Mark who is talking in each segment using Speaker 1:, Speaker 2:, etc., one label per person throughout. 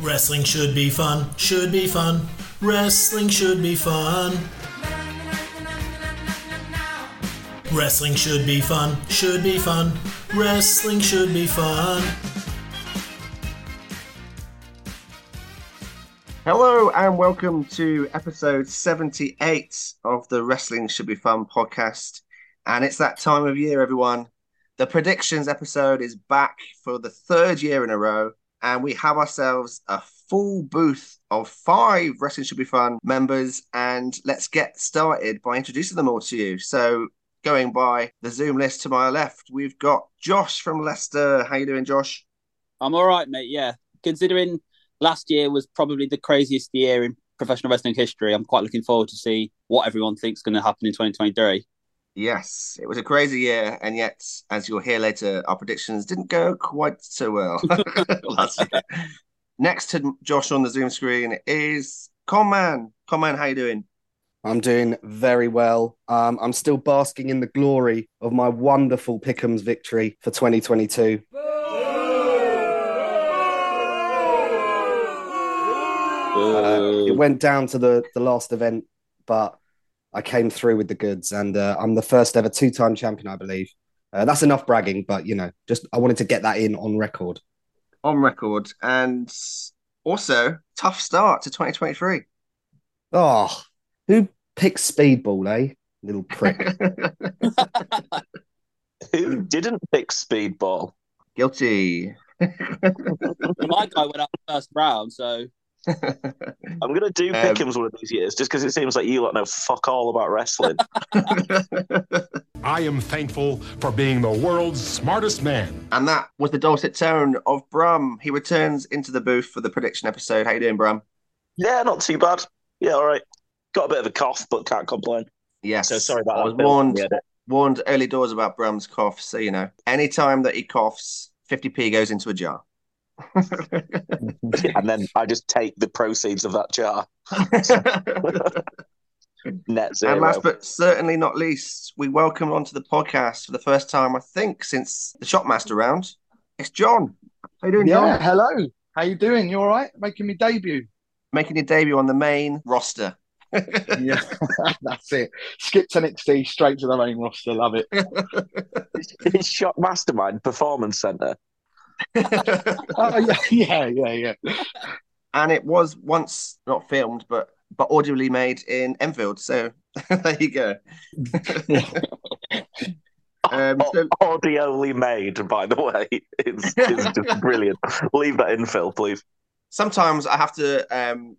Speaker 1: Wrestling should be fun. Should be fun. Wrestling should be fun. Wrestling should be fun. Should be fun. Wrestling should be fun.
Speaker 2: Hello and welcome to episode 78 of the Wrestling Should Be Fun podcast. And it's that time of year, everyone. The predictions episode is back for the third year in a row. And we have ourselves a full booth of five Wrestling Should Be Fun members. And let's get started by introducing them all to you. So, going by the Zoom list to my left, we've got Josh from Leicester. How you doing, Josh?
Speaker 3: I'm all right, mate. Yeah, considering last year was probably the craziest year in professional wrestling history. I'm quite looking forward to see what everyone thinks going to happen in 2023.
Speaker 2: Yes, it was a crazy year, and yet, as you'll hear later, our predictions didn't go quite so well last year. Next to Josh on the Zoom screen is Conman. Conman, how you doing?
Speaker 4: I'm doing very well. Um, I'm still basking in the glory of my wonderful Pickham's victory for 2022. Uh, it went down to the, the last event, but I came through with the goods, and uh, I'm the first ever two time champion, I believe. Uh, that's enough bragging, but you know, just I wanted to get that in on record.
Speaker 2: On record, and also tough start to 2023.
Speaker 4: Oh, who picks speedball, eh? Little prick.
Speaker 5: Who didn't pick speedball?
Speaker 2: Guilty.
Speaker 3: My guy went out first round, so
Speaker 5: I'm gonna do
Speaker 2: Um,
Speaker 5: Pickham's one of these years just because it seems like you lot know fuck all about wrestling.
Speaker 6: I am thankful for being the world's smartest man.
Speaker 2: and that was the dulcet tone of Brum. He returns into the booth for the prediction episode. How you doing, Brum?
Speaker 5: yeah, not too bad. Yeah, all right. Got a bit of a cough, but can't complain.
Speaker 2: Yes.
Speaker 5: So sorry about
Speaker 2: I
Speaker 5: that.
Speaker 2: was
Speaker 5: Bill.
Speaker 2: warned.
Speaker 5: Yeah,
Speaker 2: warned early doors about Brum's cough, so you know, any time that he coughs, 50p goes into a jar.
Speaker 5: and then I just take the proceeds of that jar. Net zero.
Speaker 2: and last but certainly not least, we welcome onto the podcast for the first time, I think, since the Shopmaster round. It's John. How you doing,
Speaker 7: Yeah,
Speaker 2: John?
Speaker 7: hello. How you doing? You all right? Making me debut.
Speaker 2: Making your debut on the main roster.
Speaker 7: Yeah, that's it. Skipped NXT straight to the main roster. Love it.
Speaker 5: It's Shock Mastermind Performance Center.
Speaker 7: Oh, yeah, yeah, yeah, yeah.
Speaker 2: and it was once not filmed, but but audibly made in Enfield. So there you go. um, so
Speaker 5: Audioly made, by the way. It's, it's just brilliant. Leave that in, Phil, please.
Speaker 2: sometimes I have to um,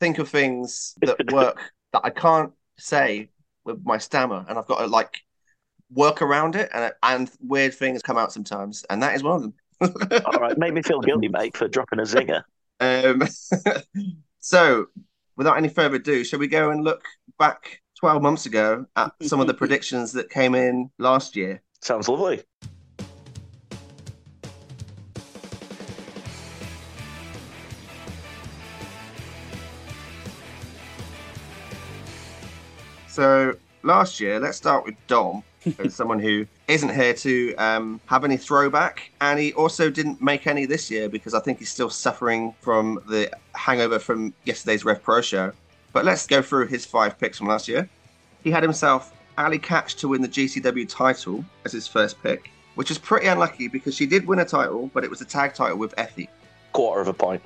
Speaker 2: think of things that work that I can't say with my stammer, and I've got to like work around it, and and weird things come out sometimes, and that is one of them.
Speaker 5: All right, made me feel guilty, mate, for dropping a zinger.
Speaker 2: Um, so, without any further ado, shall we go and look back 12 months ago at some of the predictions that came in last year?
Speaker 5: Sounds lovely.
Speaker 2: So, last year, let's start with Dom, as someone who isn't here to um, have any throwback, and he also didn't make any this year because I think he's still suffering from the hangover from yesterday's Rev Pro show. But let's go through his five picks from last year. He had himself Ali Catch to win the GCW title as his first pick, which is pretty unlucky because she did win a title, but it was a tag title with Effie.
Speaker 5: Quarter of a point.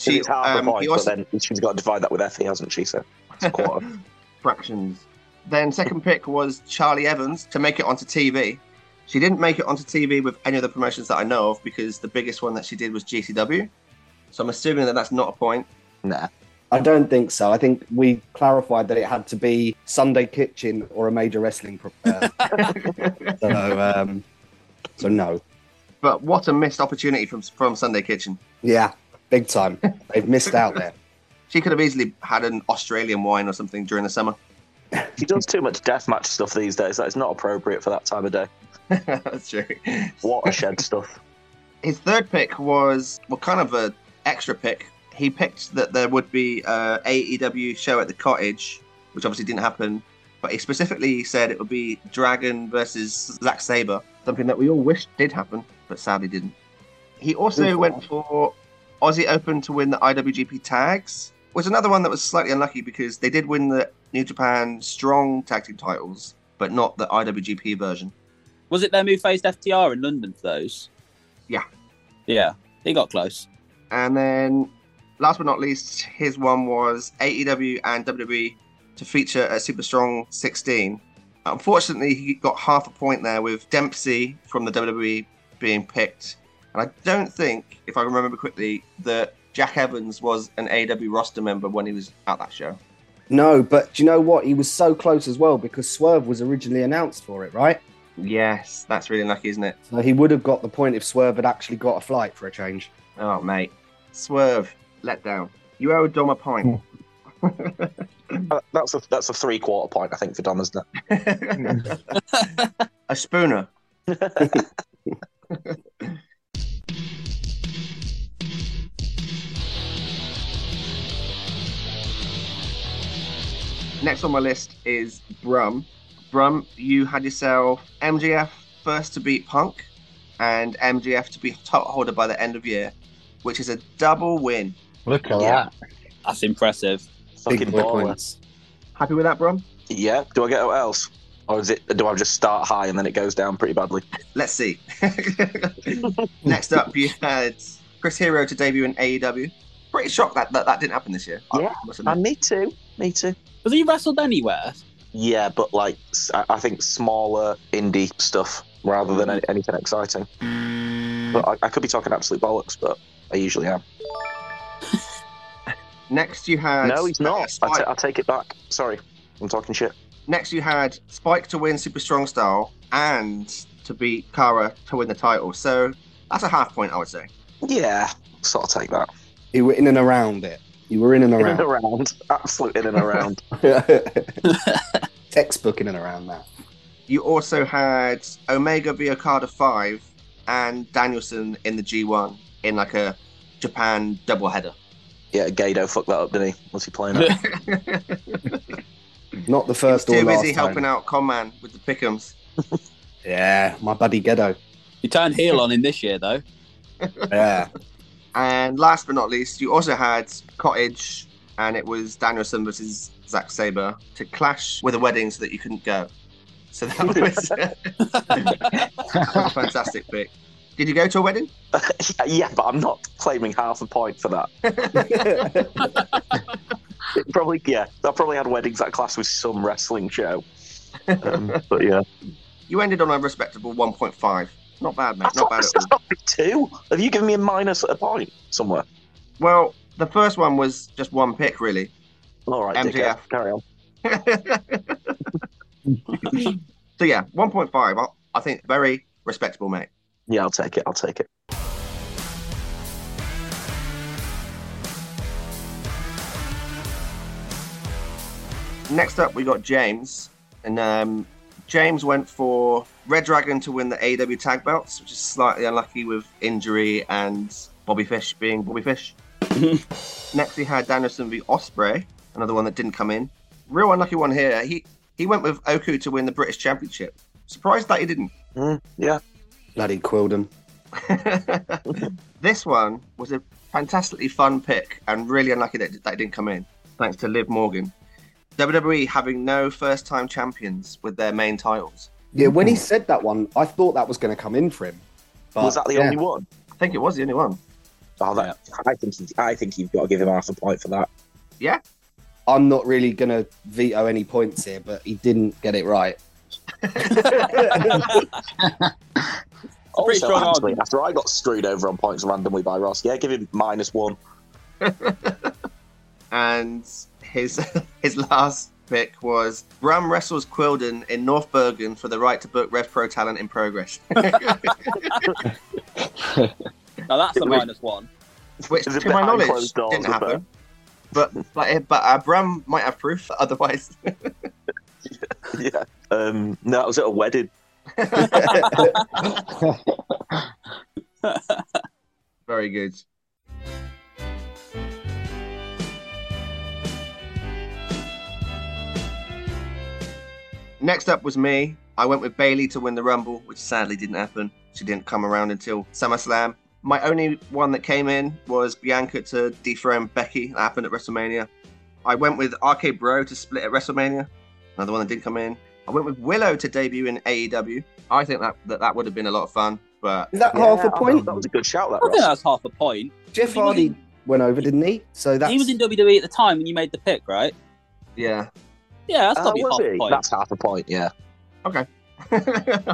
Speaker 2: She,
Speaker 5: it's half
Speaker 2: um,
Speaker 5: a
Speaker 2: he
Speaker 5: point,
Speaker 2: also-
Speaker 5: but then she's got to divide that with Effie, hasn't she? So it's a quarter.
Speaker 2: fractions. Then second pick was Charlie Evans to make it onto TV. She didn't make it onto TV with any of the promotions that I know of because the biggest one that she did was GCW. So I'm assuming that that's not a point.
Speaker 5: nah.
Speaker 4: I don't think so. I think we clarified that it had to be Sunday Kitchen or a major wrestling. Pro- uh, so, um, so no,
Speaker 2: But what a missed opportunity from from Sunday Kitchen.
Speaker 4: yeah, big time. They've missed out there.
Speaker 2: She could have easily had an Australian wine or something during the summer.
Speaker 5: She does too much deathmatch stuff these days. That is not appropriate for that time of day.
Speaker 2: that's true.
Speaker 5: Watershed stuff.
Speaker 2: His third pick was well, kind of a extra pick. He picked that there would be a AEW show at the cottage, which obviously didn't happen. But he specifically said it would be Dragon versus Zack Saber, something that we all wished did happen, but sadly didn't. He also went for Aussie Open to win the IWGP tags, was another one that was slightly unlucky because they did win the New Japan Strong Tag Team titles, but not the IWGP version.
Speaker 3: Was it them who faced FTR in London for those?
Speaker 2: Yeah.
Speaker 3: Yeah. He got close.
Speaker 2: And then, last but not least, his one was AEW and WWE to feature at Super Strong 16. Unfortunately, he got half a point there with Dempsey from the WWE being picked. And I don't think, if I remember quickly, that Jack Evans was an AEW roster member when he was at that show.
Speaker 4: No, but do you know what? He was so close as well because Swerve was originally announced for it, right?
Speaker 2: Yes, that's really lucky, isn't it?
Speaker 4: So he would have got the point if Swerve had actually got a flight for a change.
Speaker 2: Oh, mate. Swerve, let down. You owe Dom a pint.
Speaker 5: Uh, That's a that's a three quarter point, I think, for Dom, isn't it?
Speaker 2: a spooner. Next on my list is Brum. Brum, you had yourself MGF first to beat Punk and MGF to be top holder by the end of year, which is a double win.
Speaker 7: Look at
Speaker 5: Yeah.
Speaker 7: that.
Speaker 3: That's impressive.
Speaker 5: Fucking
Speaker 4: boy
Speaker 5: baller.
Speaker 4: points.
Speaker 2: Happy with that, Brum?
Speaker 5: Yeah. Do I get what else? Or is it? Do I just start high and then it goes down pretty badly?
Speaker 2: Let's see. Next up, you had Chris Hero to debut in AEW. Pretty shocked that that, that didn't happen this year. I
Speaker 5: Yeah,
Speaker 2: must
Speaker 5: And
Speaker 2: admit.
Speaker 5: Uh, me too. Me too.
Speaker 3: Was he wrestled anywhere?
Speaker 5: Yeah, but like s- I I think smaller indie stuff rather than any- anything exciting. But I, I could be talking absolute bollocks, but I usually am.
Speaker 2: Next, you had
Speaker 5: no, he's not. uh, I
Speaker 2: Spike.
Speaker 5: ta- I take it back. Sorry, I'm talking shit.
Speaker 2: Next, you had Spike to win Super Strong Style and to beat Kara to win the title. So that's a half point, I would say.
Speaker 5: Yeah, sort of take that.
Speaker 4: You were in and around it. You were in and
Speaker 5: In and
Speaker 4: around.
Speaker 5: around, absolute in and around.
Speaker 4: Textbook in and around that.
Speaker 2: You also had Omega via Okada five and Danielson in the G1 in like a Japan double header.
Speaker 5: yeah, Gado fucked that up, didn't he? Was he playing it?
Speaker 4: Not the first or
Speaker 2: Too
Speaker 4: last
Speaker 2: busy
Speaker 4: time.
Speaker 2: helping out Conman with the pickums.
Speaker 4: Yeah, my buddy Ghetto.
Speaker 3: He turned heel on him this year, though.
Speaker 4: Yeah.
Speaker 2: And last but not least, you also had Cottage, and it was Danielson versus Zack Saber to clash with a wedding so that you couldn't go. So that was, uh, that was a fantastic pick. Did you go to a wedding?
Speaker 5: Uh, yeah, but I'm not claiming half a point for that. It probably, yeah, I probably had weddings that class with some wrestling show. Um, but yeah,
Speaker 2: You ended on a respectable 1.5. Not bad, mate.
Speaker 5: I
Speaker 2: Not
Speaker 5: thought
Speaker 2: bad
Speaker 5: this
Speaker 2: at
Speaker 5: was
Speaker 2: all.
Speaker 5: up to two. Have you given me a minus a point somewhere?
Speaker 2: Well, the first one was just one pick, really.
Speaker 5: All right,
Speaker 2: MJF.
Speaker 5: dickhead, carry on.
Speaker 2: so yeah, 1.5. I, I think very respectable, mate.
Speaker 5: Yeah, I'll take it. I'll take it.
Speaker 2: Next up, we got James, and um, James went for Red Dragon to win the AW tag belts, which is slightly unlucky with injury and Bobby Fish being Bobby Fish. Next, we had Danielson v Osprey, another one that didn't come in. Real unlucky one here. He he went with Oku to win the British Championship. Surprised that he didn't.
Speaker 5: Yeah,
Speaker 4: Bloody Quildam.
Speaker 2: this one was a fantastically fun pick and really unlucky that, that it didn't come in, thanks to Liv Morgan. WWE having no first time champions with their main titles.
Speaker 4: Yeah, when he said that one, I thought that was going to come in for him. But,
Speaker 5: was that the
Speaker 4: yeah.
Speaker 5: only one?
Speaker 2: I think it was the only one.
Speaker 5: Oh, that, I think he, I think you've got to give him half a point for that.
Speaker 4: I'm not really going to veto any points here, but he didn't get it right.
Speaker 3: I'm pretty
Speaker 5: Also,
Speaker 3: strong
Speaker 5: actually,
Speaker 3: argument.
Speaker 5: after I got screwed over on points randomly by Ross, yeah, give him minus one.
Speaker 2: And his his last pick was Bram wrestles Quilden in North Bergen for the right to book Rev Pro talent in progress,
Speaker 3: Now that's a
Speaker 5: It was-
Speaker 3: minus one.
Speaker 2: which
Speaker 5: Is it
Speaker 2: to my
Speaker 5: behind
Speaker 2: knowledge
Speaker 5: closed doors,
Speaker 2: didn't
Speaker 5: was
Speaker 2: happen. But but, but uh, Bram might have proof. Otherwise,
Speaker 5: yeah. Um, no, I was at a wedding.
Speaker 2: very good. Next up was me. I went with Bailey to win the Rumble, which sadly didn't happen. She didn't come around until SummerSlam. My only one that came in was Bianca to dethrone Becky. That happened at WrestleMania. I went with RK Bro to split at WrestleMania. Another one that did come in. I went with Willow to debut in AEW. I think that that, that would have been a lot of fun, but
Speaker 4: Is that half a
Speaker 5: I
Speaker 4: point?
Speaker 5: thought That was a good shout. That
Speaker 3: I think
Speaker 5: Ross.
Speaker 3: that's half a point.
Speaker 4: Jeff
Speaker 3: He was
Speaker 4: Hardy
Speaker 3: in-
Speaker 4: went over, didn't he? So that's
Speaker 3: He was in WWE at the time when you made the pick, right?
Speaker 2: yeah.
Speaker 3: Yeah, that's
Speaker 5: Oh,
Speaker 3: got to be
Speaker 5: was
Speaker 3: half
Speaker 5: he?
Speaker 3: a point.
Speaker 5: That's half a point. Yeah.
Speaker 2: I'm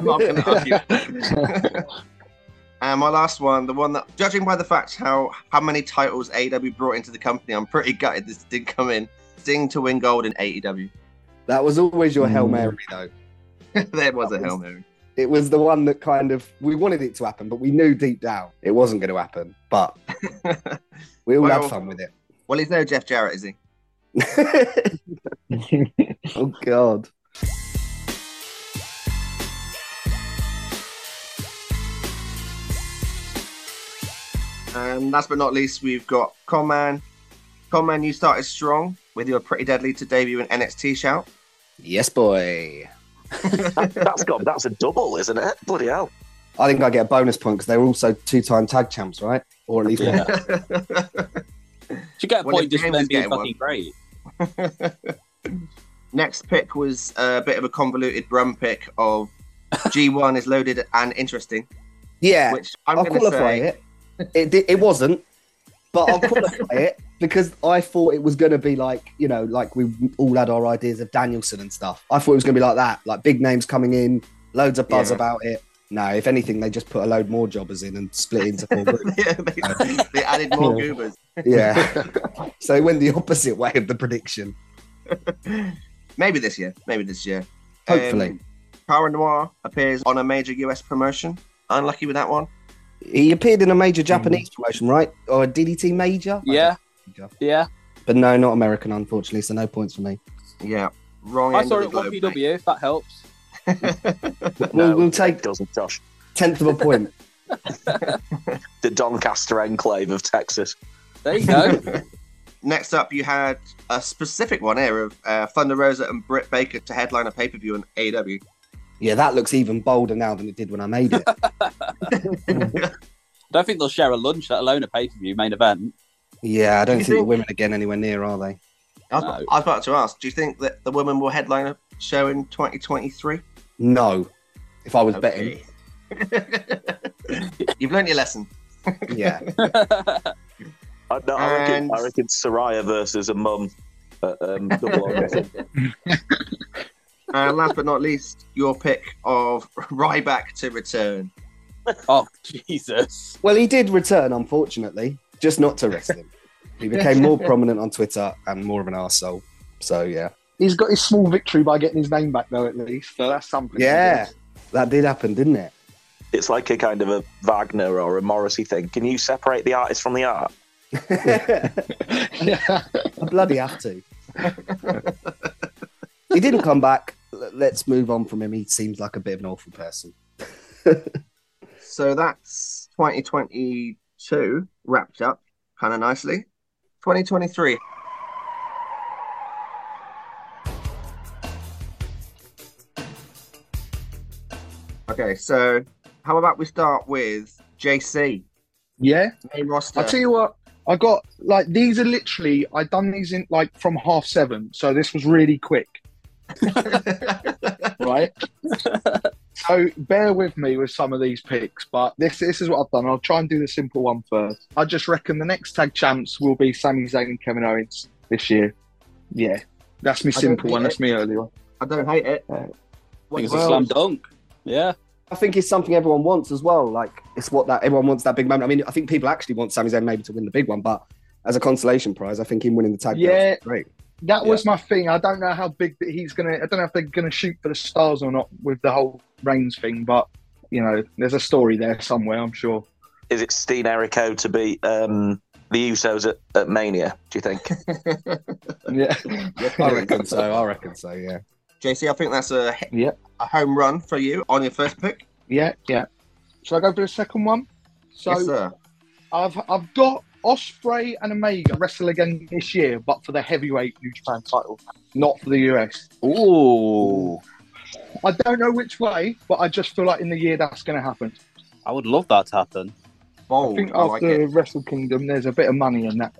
Speaker 2: not going to argue. and my last one, the one that, judging by the fact how how many titles AEW brought into the company, I'm pretty gutted this did come in. Sting to win gold in E AEW.
Speaker 4: that was always your
Speaker 3: Hmm.
Speaker 4: Hail
Speaker 7: Mm.
Speaker 4: Mary though.
Speaker 2: there was a hell mary.
Speaker 4: It was the one that kind of we wanted it to happen, but we knew deep down it wasn't going to happen. But we all
Speaker 2: Well-
Speaker 4: had fun with
Speaker 2: well, he's no Jeff Jarrett, is he?
Speaker 4: it. oh God.
Speaker 2: And last but not least, we've got Conman. Conman, you started strong with your pretty deadly to debut in NXT shout.
Speaker 4: Yes, boy.
Speaker 5: That's got. That's a double, isn't it? Bloody hell.
Speaker 4: I think I get a bonus point because they were also two-time tag champs, right? Or at least one.
Speaker 3: Yeah. Should get a
Speaker 2: Well, if
Speaker 3: point just
Speaker 2: James
Speaker 3: for them
Speaker 2: is
Speaker 3: being
Speaker 2: getting
Speaker 3: fucking great.
Speaker 2: Next pick was a bit of a convoluted brum pick of G1 is loaded and interesting,
Speaker 4: Yeah,
Speaker 2: which I'm
Speaker 4: I'll
Speaker 2: going to
Speaker 4: qualify
Speaker 2: say.
Speaker 4: it. It, di- it wasn't, but I'll qualify it because I thought it was going to be like, you know, like we all had our ideas of Danielson and stuff. I thought it was going to be like that, like big names coming in, loads of buzz
Speaker 2: Yeah.
Speaker 4: about it. No, if anything, they just put a load more jobbers in and split into four groups.
Speaker 2: yeah, they, they added more goobers.
Speaker 4: Yeah. so it went the opposite way of the prediction.
Speaker 2: Maybe this year. Maybe this year. Um,
Speaker 4: Hopefully.
Speaker 2: Power Noir appears on a major US promotion. Unlucky with that one.
Speaker 4: he appeared in a major Japanese promotion, right? Or a DDT major? I
Speaker 3: Yeah,
Speaker 4: don't know.
Speaker 3: yeah.
Speaker 4: But no, not American, unfortunately. So no points for me.
Speaker 2: Yeah. Wrong
Speaker 3: I
Speaker 2: end
Speaker 3: saw it
Speaker 2: of
Speaker 3: at
Speaker 2: the globe.
Speaker 3: 1PW, E, if that helps.
Speaker 4: We'll, we'll take
Speaker 5: Doesn't Josh?
Speaker 4: tenth of a point.
Speaker 5: The Doncaster enclave of Texas.
Speaker 3: There you go.
Speaker 2: Next up, you had a specific one here of uh, Thunder Rosa and Britt Baker to headline a E pay per view on AEW.
Speaker 4: Yeah, that looks even bolder now than it did when I made it.
Speaker 3: Don't think they'll share a lunch, let alone a pay per view main event.
Speaker 4: yeah, I don't
Speaker 2: You
Speaker 4: think, the
Speaker 2: think-
Speaker 4: women are getting anywhere near, are they?
Speaker 2: I was,
Speaker 3: No.
Speaker 2: I was about to ask, do you think that the women will headline a show in 2023?
Speaker 4: No. If I was betting,
Speaker 2: You've learned your lesson.
Speaker 4: yeah,
Speaker 5: I, no, I reckon.
Speaker 2: And-
Speaker 5: I reckon Soraya versus a mum. at, Um, double or nothing.
Speaker 2: And last but not least, your pick of Ryback to return.
Speaker 3: Oh, Jesus.
Speaker 4: well, he did return, unfortunately, just not to wrestling. he became more prominent on Twitter and more of an arsehole. So yeah,
Speaker 7: He's got his small victory by getting his name back, though, at least. So that's something.
Speaker 4: yeah, that did happen, didn't it?
Speaker 5: It's like a kind of a Wagner or a Morrissey thing. Can you separate the artist from the art?
Speaker 4: I
Speaker 7: yeah.
Speaker 4: bloody have to. he didn't come back. L- Let's move on from him. He seems like a bit of an awful person.
Speaker 2: So that's 2022 wrapped up kind of nicely. 2023. Okay, so how about we start with JC,
Speaker 7: Yeah.
Speaker 2: main roster?
Speaker 7: I tell you what, I got like these are literally I done these in like from half seven, so this was really quick, right? so bear with me with some of these picks, but this this is what I've done. I'll try and do the simple one first. I just reckon the next tag champs will be Sami Zayn and Kevin Owens this year. Yeah, that's me
Speaker 2: don't
Speaker 7: simple one.
Speaker 2: hate
Speaker 7: That's me early one.
Speaker 2: I don't hate it.
Speaker 7: Uh,
Speaker 3: I think it's a
Speaker 7: Well-
Speaker 3: slam dunk. Yeah.
Speaker 4: I think it's something everyone wants as well. Like it's what that everyone wants that big moment. I mean, I think people actually want Sami Zayn maybe to win the big one, but as a consolation prize, I think him winning the tag. belts
Speaker 7: Yeah.
Speaker 4: is great.
Speaker 7: That was my thing. I don't know how big that he's gonna. I don't know if they're gonna shoot for the stars or not with the whole Reigns thing, but you know, there's a story there somewhere. I'm sure.
Speaker 5: Is it Steen Erico to be um, the Usos at, at Mania? Do you think?
Speaker 7: Yeah.
Speaker 4: I reckon so. I reckon so. Yeah.
Speaker 2: JC, I think that's a, hit-
Speaker 7: Yeah.
Speaker 2: a home run for you on your first pick.
Speaker 7: Yeah, yeah. Shall I go for the second one? So
Speaker 2: yes, sir.
Speaker 7: I've I've got Osprey and Omega wrestle again this year, but for the heavyweight New Japan title, not for the US.
Speaker 3: Ooh.
Speaker 7: I don't know which way, but I just feel like in the year that's going to happen.
Speaker 3: I would love that to happen.
Speaker 2: Bold.
Speaker 7: I think
Speaker 2: Oh, I like
Speaker 7: after
Speaker 2: it.
Speaker 7: Wrestle Kingdom, there's a bit of money in that.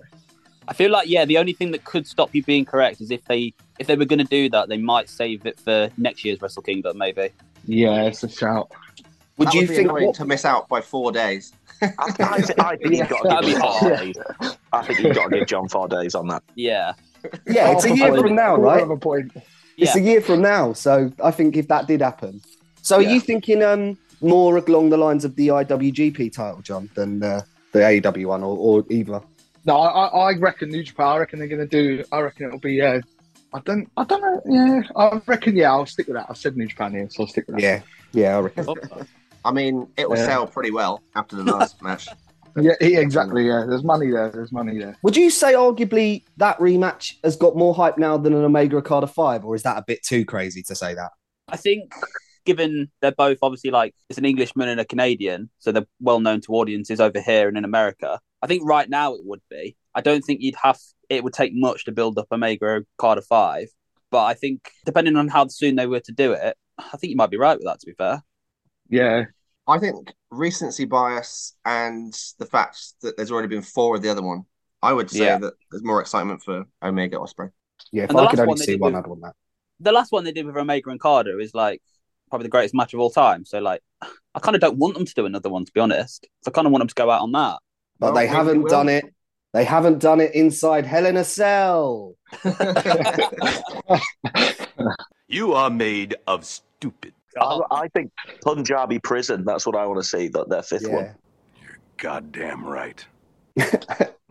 Speaker 3: I feel like yeah, the only thing that could stop you being correct is if they if they were going to do that, they might save it for next year's Wrestle Kingdom maybe.
Speaker 7: Yeah, it's a shout.
Speaker 4: Would
Speaker 2: That
Speaker 4: you
Speaker 2: be
Speaker 4: think?
Speaker 2: annoying
Speaker 4: What,
Speaker 2: to miss out by four days?
Speaker 5: I, I, thi- I think you've got to
Speaker 3: That'd
Speaker 5: give
Speaker 3: be
Speaker 5: him four
Speaker 7: hard.
Speaker 5: days. I think you've got to give John four days on that.
Speaker 3: Yeah,
Speaker 4: yeah, it's a
Speaker 7: Half
Speaker 4: year
Speaker 7: point,
Speaker 4: from now,
Speaker 7: quarter
Speaker 4: right?
Speaker 7: of a point.
Speaker 4: It's a year from now, so I think if that did happen, so
Speaker 7: Yeah.
Speaker 4: are you thinking um more along the lines of the IWGP title, John, than uh, the AEW one or, or either?
Speaker 7: No, I, I I reckon New Japan. I reckon they're going to do. I reckon it'll be. Uh, I don't. I don't know. Yeah, I reckon. Yeah, I'll stick with that. I said New Japan here, so I'll stick with that.
Speaker 4: Yeah, yeah, I reckon.
Speaker 2: I mean, it will
Speaker 7: Yeah.
Speaker 2: sell pretty well after the last match.
Speaker 7: Yeah, yeah, exactly. Yeah, there's money there. There's money there.
Speaker 4: Would you say arguably that rematch has got more hype now than an Omega Okada five, or is that a bit too crazy to say that?
Speaker 3: I think given they're both obviously like it's an Englishman and a Canadian, so they're well known to audiences over here and in America. I think right now it would be. I don't think you'd have it would take much to build up Omega Carter Five, but I think depending on how soon they were to do it, I think you might be right with that. To be fair,
Speaker 7: Yeah,
Speaker 2: I think recency bias and the fact that there's already been four of the other one. I would say
Speaker 3: Yeah.
Speaker 2: that there's more excitement for Omega Osprey.
Speaker 4: Yeah, if
Speaker 3: And the
Speaker 4: I
Speaker 3: last
Speaker 4: could only
Speaker 3: one they
Speaker 4: see
Speaker 3: did
Speaker 4: one,
Speaker 3: with-
Speaker 4: I'd want that.
Speaker 3: the last one they did with Omega and Carter is like probably the greatest match of all time. So like, I kind of don't want them to do another one. To be honest, I kind of want them to go out on that.
Speaker 4: But
Speaker 2: Well,
Speaker 4: they
Speaker 2: maybe
Speaker 4: haven't
Speaker 2: will.
Speaker 4: done it. They haven't done it inside Hell in a Cell.
Speaker 8: You are made of stupid.
Speaker 5: I, I think Punjabi prison. That's what I want to see. That their fifth one.
Speaker 4: Yeah.
Speaker 8: Goddamn right.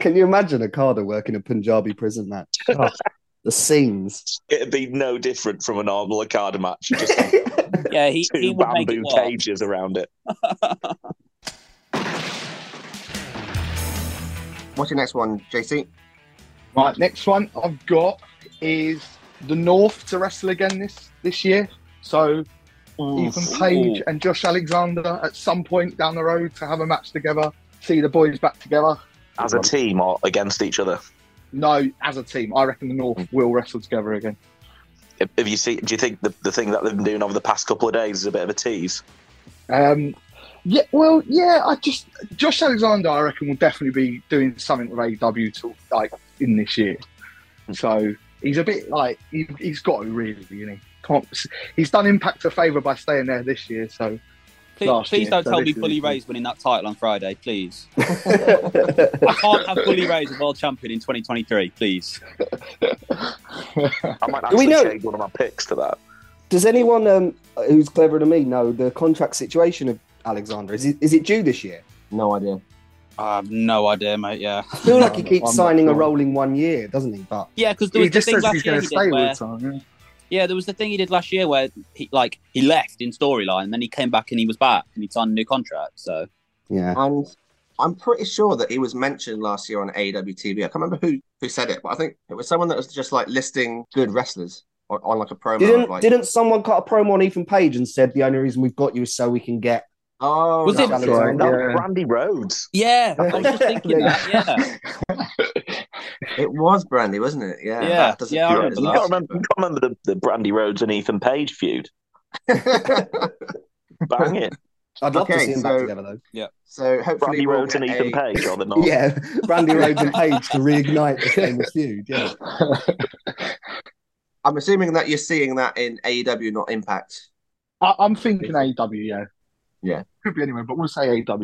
Speaker 4: Can you imagine Okada working a Punjabi prison match? Oh, the scenes.
Speaker 5: It'd be no different from a normal Okada match. Just
Speaker 3: Yeah, he, he
Speaker 5: two
Speaker 3: would make it
Speaker 5: bamboo
Speaker 3: work.
Speaker 5: cages around it.
Speaker 2: What's your next one, JC?
Speaker 7: Right, next one I've got is the North to wrestle again this this year. So Ethan Page and Josh Alexander at some point down the road to have a match together. See the boys back together.
Speaker 5: As a team or against each other.
Speaker 7: No, as a team, I reckon the North will wrestle together again.
Speaker 5: If if you see, do you think the, the thing that they've been doing over the past couple of days is a bit of a tease?
Speaker 7: Um, yeah, well, yeah. I just Josh Alexander, I reckon, will definitely be doing something with AW to like in this year.
Speaker 3: Hmm.
Speaker 7: So he's a bit like he, he's got to really, you know, can't. He's done Impact a favour by staying there this year. So
Speaker 3: Please,
Speaker 7: last
Speaker 3: please
Speaker 7: year,
Speaker 3: don't
Speaker 7: so
Speaker 3: tell me
Speaker 7: this is-
Speaker 3: Bully Ray's winning that title on Friday, please.
Speaker 4: Who
Speaker 3: I can't have Bully Ray as a world champion in 2023, please.
Speaker 5: I might
Speaker 4: Do we
Speaker 5: actually
Speaker 4: know-
Speaker 5: change one of my picks to that.
Speaker 4: Does anyone um, who's cleverer than me know the contract situation of Alexander? Is it, is it due this year?
Speaker 2: No idea.
Speaker 3: I have no idea, mate. Yeah,
Speaker 4: I feel like he
Speaker 7: No,
Speaker 4: keeps
Speaker 7: I'm not
Speaker 4: signing a
Speaker 7: sure.
Speaker 4: rolling one year, doesn't he? But
Speaker 3: yeah, because there
Speaker 7: he
Speaker 3: was the
Speaker 7: just
Speaker 3: thing
Speaker 7: says
Speaker 3: last
Speaker 7: he's
Speaker 3: year
Speaker 7: going
Speaker 3: he
Speaker 7: to
Speaker 3: did
Speaker 7: stay
Speaker 3: where,
Speaker 7: with time. yeah.
Speaker 3: yeah, there was the thing he did last year where he like he left in storyline, then he came back and he was back and he signed a new contract. So
Speaker 4: yeah,
Speaker 2: And I'm pretty sure that he was mentioned last year on E AWTV. I can't remember who who said it, but I think it was someone that was just like listing good wrestlers on, on like a promo.
Speaker 4: didn't
Speaker 2: of, like,
Speaker 4: didn't someone cut a promo on Ethan Page and said the only reason we've got you is so we can get?
Speaker 2: oh,
Speaker 3: Was
Speaker 2: no,
Speaker 3: it-
Speaker 2: that's
Speaker 7: Sorry.
Speaker 2: right.
Speaker 5: That was
Speaker 7: Yeah.
Speaker 4: uh,
Speaker 5: Brandy Rhodes.
Speaker 3: yeah, I was just thinking that. Yeah,
Speaker 2: It was Brandy, wasn't it? Yeah,
Speaker 3: Yeah,
Speaker 2: that doesn't
Speaker 3: yeah, I
Speaker 2: count
Speaker 5: You
Speaker 2: as
Speaker 5: got- you
Speaker 2: last
Speaker 5: got to remember, you got to remember the, the Brandy Rhodes and Ethan Page feud.
Speaker 2: year.
Speaker 5: Bang it.
Speaker 4: I'd love to
Speaker 2: Okay,
Speaker 4: see him
Speaker 2: so-
Speaker 4: back together though.
Speaker 2: so hopefully
Speaker 5: Brandy
Speaker 2: we'll
Speaker 5: Rhodes and
Speaker 2: get
Speaker 5: Ethan
Speaker 2: a-
Speaker 5: Page or the North.
Speaker 4: Yeah, Randy Rhodes and Page to reignite the famous feud. Yeah,
Speaker 2: I'm assuming that you're seeing that in AEW, not Impact.
Speaker 7: I, I'm thinking AW, yeah.
Speaker 2: Yeah.
Speaker 7: Could be anywhere, but we'll say AW.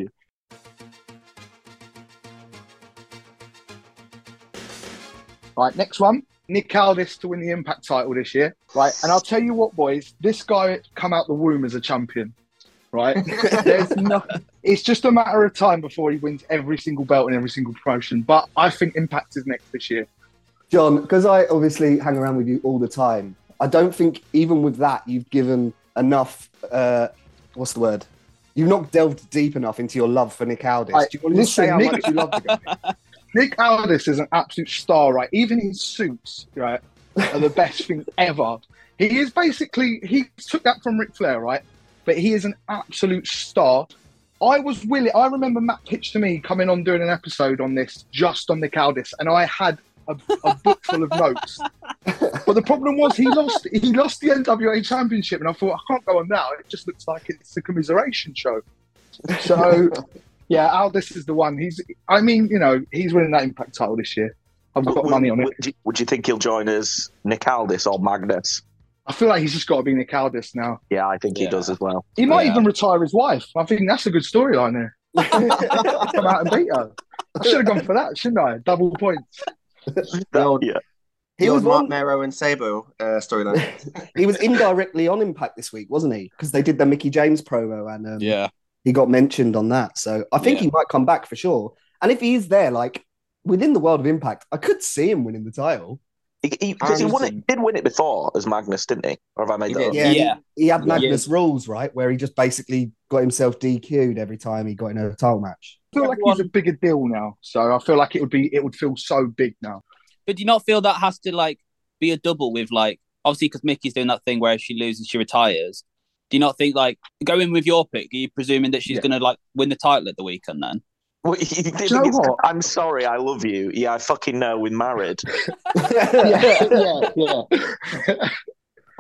Speaker 7: Right, next one. Nick Aldis to win the Impact title this year. Right, and I'll tell you what, boys, this guy come out the womb as a champion. Right? There's no it's just a matter of time before he wins every single belt in every single promotion. But I think Impact is next this year.
Speaker 4: John, because I obviously hang around with you all the time. I don't think even with that you've given enough. Uh, what's the word? You've not delved deep enough into your love for Nick Aldis.
Speaker 7: I-
Speaker 4: Do you want to
Speaker 7: listen,
Speaker 4: say how
Speaker 7: Nick-
Speaker 4: much you love the guy?
Speaker 7: Nick Aldis is an absolute star, right? Even his suits, right, are the best thing ever. He is basically he took that from Ric Flair, right? But he is an absolute star. I was willing. I remember Matt pitched to me coming on doing an episode on this, just on Nick Aldis, and I had a, a book full of notes. But the problem was he lost. He lost the NWA Championship, and I thought I can't go on now. It just looks like it's a commiseration show. So Yeah, Al, this is the one. He's, I mean, you know, he's winning that Impact title this year. I've got
Speaker 5: Would-
Speaker 7: money on it.
Speaker 5: Would you, would you think he'll join as Nick Aldis or Magnus?
Speaker 7: I feel like he's just got to be Nick Aldis now.
Speaker 5: Yeah, I think
Speaker 3: Yeah.
Speaker 5: he does as well.
Speaker 7: He might
Speaker 3: Yeah.
Speaker 7: even retire his wife. I think that's a good storyline there. Come out and beat her. I should have gone for that, shouldn't I? Double points.
Speaker 5: That-
Speaker 2: old-
Speaker 5: yeah,
Speaker 4: He
Speaker 2: the
Speaker 4: was
Speaker 2: old Mark
Speaker 4: one,
Speaker 2: Mero and Sabo uh, storyline.
Speaker 4: He was indirectly on Impact this week, wasn't he? Because they did the Mickey James promo and um,
Speaker 3: Yeah.
Speaker 4: he got mentioned on that. So I think
Speaker 3: Yeah.
Speaker 4: he might come back for sure. And if he is there, like within the world of Impact, I could see him winning the title.
Speaker 5: because he, 'cause he won
Speaker 2: Anderson.
Speaker 5: it. Did win it before as Magnus, didn't he? Or have I made
Speaker 2: He
Speaker 5: that?
Speaker 2: did,
Speaker 5: up?
Speaker 4: Yeah, he-
Speaker 3: Yeah.
Speaker 4: He, had Magnus rules, right? Where he just basically got himself DQ'd every time he got in a title match.
Speaker 7: I feel like he's a bigger deal now. So I feel like it would be it would feel so big now.
Speaker 3: But do you not feel that has to like be a double with like obviously because Mickey's doing that thing where if she loses, she retires. Do you not think like going with your pick? Are you presuming that she's
Speaker 7: Yeah.
Speaker 3: going to like win the title at the weekend then?
Speaker 5: Well, he- he did
Speaker 7: you know
Speaker 5: think it's-
Speaker 7: what?
Speaker 5: I'm sorry, I love you. Yeah, I fucking know. We're married.
Speaker 7: Yeah, yeah, yeah.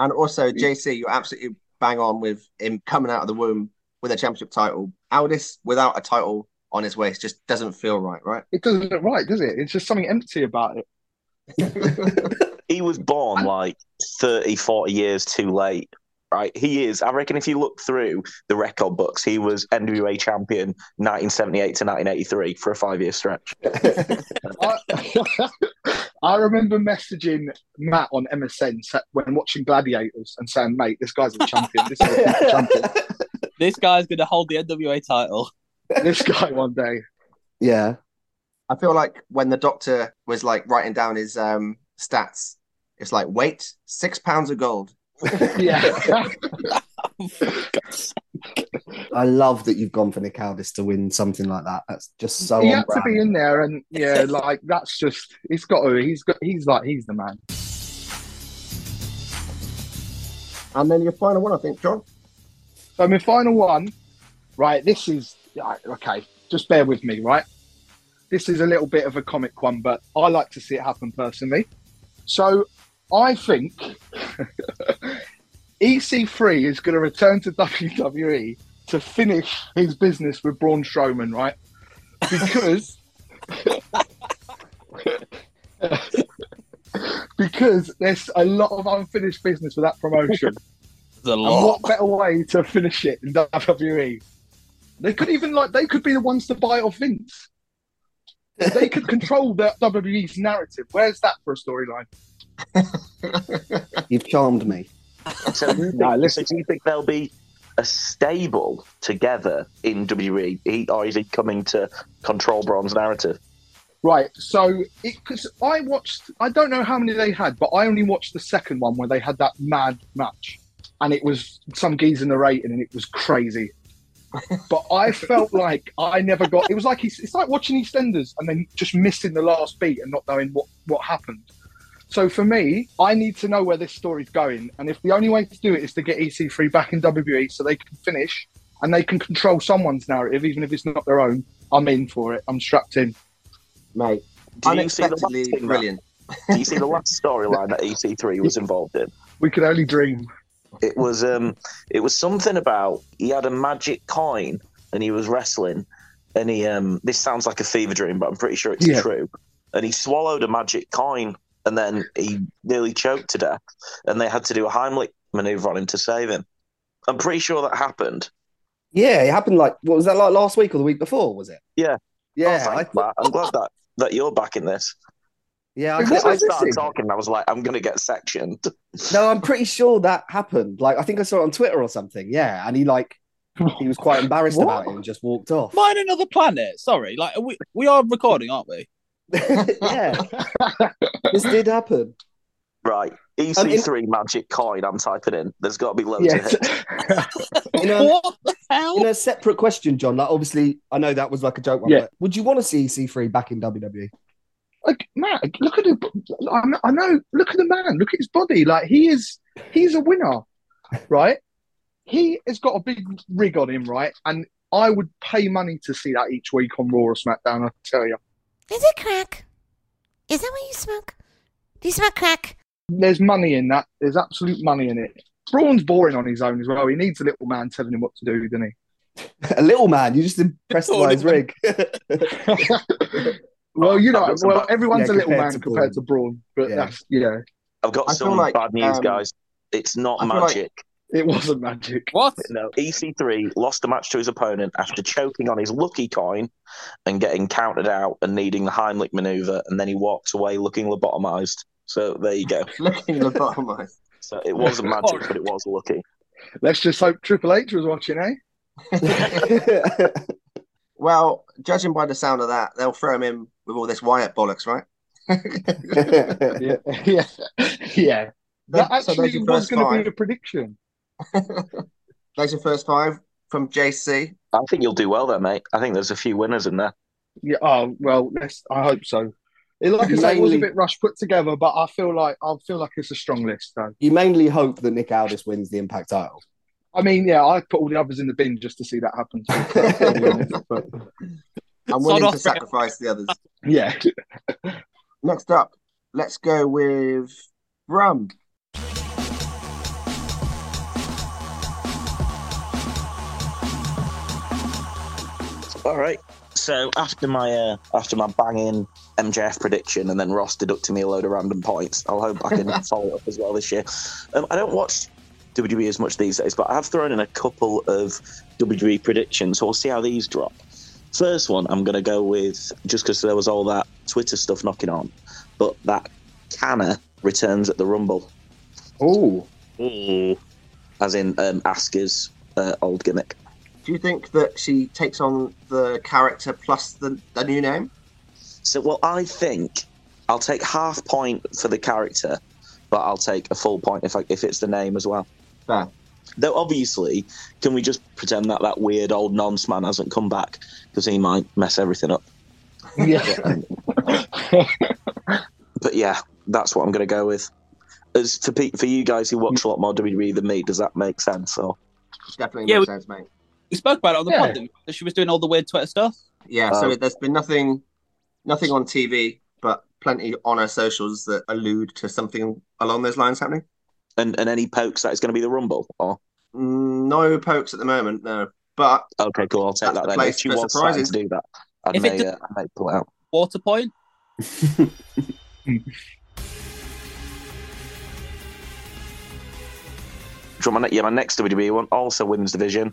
Speaker 2: and also, JC, you're absolutely bang on with him coming out of the womb with a championship title. Aldis without a title on his waist just doesn't feel right, right?
Speaker 7: It doesn't look right, does it? It's just something empty about it.
Speaker 5: He was born like 30, 40 years too late. Right, he is. I reckon if you look through the record books, he was NWA champion 1978 to 1983 for a five-year stretch.
Speaker 7: I, I remember messaging Matt on MSN sa- when watching Gladiators and saying, "Mate, this guy's a champion. This guy's a champion.
Speaker 3: This guy's going to hold the NWA title.
Speaker 7: This guy one day."
Speaker 4: yeah.
Speaker 2: I feel like when the doctor was like writing down his um stats, it's like weight six pounds of gold.
Speaker 7: Yeah,
Speaker 4: I love that you've gone for Nick Aldis to win something like that. That's just so
Speaker 7: he
Speaker 4: on
Speaker 7: had to
Speaker 4: brand.
Speaker 7: be in there, and yeah, like that's just he's got to. He's got. He's like he's the man.
Speaker 2: And then your final one, I think, John.
Speaker 7: So my final one, right? This is right, okay. Just bear with me, right? This is a little bit of a comic one, but I like to see it happen personally. So I think EC3 is going to return to WWE to finish his business with Braun Strowman, right? Because because there's a lot of unfinished business with that promotion.
Speaker 3: There's a
Speaker 7: And
Speaker 3: lot.
Speaker 7: what better way to finish it in WWE? E? They could even like they could be the ones to buy it off Vince. They could control the WWE's narrative. Where's that for a storyline?
Speaker 4: You've charmed me.
Speaker 5: So, do you
Speaker 7: No,
Speaker 5: think-
Speaker 7: listen.
Speaker 5: so do you think there'll be a stable together in WWE, he, or is he coming to control Braun's narrative?
Speaker 7: Right. So it because I watched I don't know how many they had, but I only watched the second one where they had that mad match, and it was some geezer narrating, and it was crazy. but I felt like I never got. It was like it's it's like watching EastEnders and then just missing the last beat and not knowing what what happened. So for me, I need to know where this story's going, and if the only way to do it is to get EC3 back in WWE so they can finish and they can control someone's narrative, even if it's not their own, I'm in for it. I'm strapped in.
Speaker 2: Mate,
Speaker 5: Do you see the last
Speaker 2: unexpectedly
Speaker 5: thing that,
Speaker 2: brilliant.
Speaker 5: Do you see the last storyline that EC3 was involved in?
Speaker 7: We could only dream.
Speaker 5: It was um, it was something about he had a magic coin and he was wrestling, and he um, this sounds like a fever dream, but I'm pretty sure it's
Speaker 7: Yeah.
Speaker 5: true. And he swallowed a magic coin, and then he nearly choked to death, and they had to do a Heimlich maneuver on him to save him. I'm pretty sure that happened.
Speaker 4: Yeah, it happened like what was that like last week or the week before? Was it?
Speaker 5: Yeah.
Speaker 4: Yeah,
Speaker 5: Oh,
Speaker 4: I,
Speaker 5: thanks, Matt. I'm glad that, that you're back in this.
Speaker 4: yeah.
Speaker 7: Wait,
Speaker 4: I,
Speaker 7: what
Speaker 4: I,
Speaker 5: I
Speaker 7: was this
Speaker 5: started
Speaker 7: in?
Speaker 5: talking, I was like, I'm going to get sectioned.
Speaker 4: no, I'm pretty sure that happened. Like, I think I saw it on Twitter or something. Yeah, and he like he was quite embarrassed
Speaker 7: What?
Speaker 4: about it and just walked off.
Speaker 3: Mine another planet. Sorry, like are we we are recording, aren't we?
Speaker 4: yeah, this did happen.
Speaker 5: Right. EC3 magic coin, I'm typing in. There's got to be loads of
Speaker 7: Yes.
Speaker 5: hits.
Speaker 4: In a,
Speaker 3: what the hell?
Speaker 4: in a separate question, John. Like, obviously, I know that was like a joke one.
Speaker 7: Yeah.
Speaker 4: But would you want to see EC3 back in E? WWE?
Speaker 7: like Matt, look at the. I know- I know. Look at the man. Look at his body. Like he is. He's a winner, right? He has got a big rig on him, right? And I would pay money to see that each week on Raw or SmackDown. I tell you,
Speaker 9: Is it crack? Is that what you smoke? Do you smoke crack?
Speaker 7: there's money in that. There's absolute money in it. Braun's boring on his own as well. He needs a little man telling him what to do, doesn't he?
Speaker 4: a little man. You just impressed the guy's rig.
Speaker 7: Well, you know,
Speaker 5: That's
Speaker 7: well,
Speaker 5: about-
Speaker 7: everyone's
Speaker 4: Oh, yeah,
Speaker 7: a little
Speaker 4: compared
Speaker 7: man
Speaker 4: to
Speaker 7: compared to Braun, but
Speaker 4: Yeah.
Speaker 7: that's yeah,
Speaker 5: I've got
Speaker 2: I feel
Speaker 5: some
Speaker 2: like,
Speaker 5: bad news,
Speaker 2: um,
Speaker 5: guys. It's not
Speaker 2: I feel like-
Speaker 5: magic.
Speaker 7: it wasn't magic.
Speaker 3: What?
Speaker 5: No, EC3 lost the match to his opponent after choking on his lucky coin and getting counted out and needing the Heimlich maneuver, and then he walked away looking lobotomized. So there you go.
Speaker 2: Looking at the bottom line.
Speaker 5: So it wasn't magic, but it was lucky.
Speaker 7: Let's just hope Triple H was watching, eh?
Speaker 2: Well, judging by the sound of that, they'll throw him in with all this Wyatt bollocks, right?
Speaker 7: Yeah, yeah, yeah. That
Speaker 2: So there's
Speaker 7: actually
Speaker 2: your
Speaker 7: was
Speaker 2: first
Speaker 7: going to
Speaker 2: five.
Speaker 7: be a prediction.
Speaker 2: There's your first five from JC.
Speaker 5: I think you'll do well there, mate. I think there's a few winners in there.
Speaker 7: Yeah. Oh well, let's, I hope so. It, like I say, it was a
Speaker 4: Mainly-
Speaker 7: bit rush put together, but I feel like I feel like it's a strong list. Though.
Speaker 4: you mainly hope that Nick Aldis wins the Impact title.
Speaker 7: I mean, yeah, I put all the others in the bin just to see that happen. to be honest, but,
Speaker 2: I'm willing
Speaker 3: off,
Speaker 2: to
Speaker 3: Brett.
Speaker 2: sacrifice the others.
Speaker 7: yeah.
Speaker 2: Next up, let's go with Brum.
Speaker 5: All right. So after my uh, after my banging MJF prediction, and then Ross deducting me a load of random points, I'll hope I can follow up as well this year. Um, I don't watch WWE as much these days, but I have thrown in a couple of WWE predictions, so we'll see how these drop. First one, I'm going to go with just because there was all that Twitter stuff knocking on, but that Canna returns at the Rumble,
Speaker 4: Oh,
Speaker 5: as in um, Asuka's uh, old gimmick.
Speaker 2: Do you think that she takes on the character plus the, the new name?
Speaker 5: So, well, I think I'll take half point for the character, but I'll take a full point if I, if it's the name as well.
Speaker 2: Fair.
Speaker 5: Though obviously, can we just pretend that that weird old nonce man hasn't come back because he might mess everything up?
Speaker 7: Yeah.
Speaker 5: But yeah, that's what I'm going to go with. As for pe- for you guys who watch a lot more WWE than me, does that make sense? Or
Speaker 2: Definitely
Speaker 3: Yeah,
Speaker 2: makes sense, mate.
Speaker 3: We spoke about it on the
Speaker 7: Yeah.
Speaker 3: pod didn't we? that she was doing all the weird Twitter stuff.
Speaker 2: Yeah, so
Speaker 5: Um,
Speaker 2: there's been nothing nothing on TV, but plenty on our socials that allude to something along those lines happening.
Speaker 5: and and any pokes that is going to be the Rumble? Or
Speaker 2: Mm, No pokes at the moment, no. But
Speaker 5: okay, cool, I'll take
Speaker 2: That's
Speaker 5: that
Speaker 2: the
Speaker 5: then.
Speaker 2: place
Speaker 5: If she
Speaker 2: for
Speaker 5: was starting
Speaker 2: surprises.
Speaker 5: to do that, I
Speaker 3: If it
Speaker 5: may
Speaker 3: does-
Speaker 5: uh, I may pull out.
Speaker 3: Water point.
Speaker 5: Do you want my, ne- yeah, my next WWE one also women's division.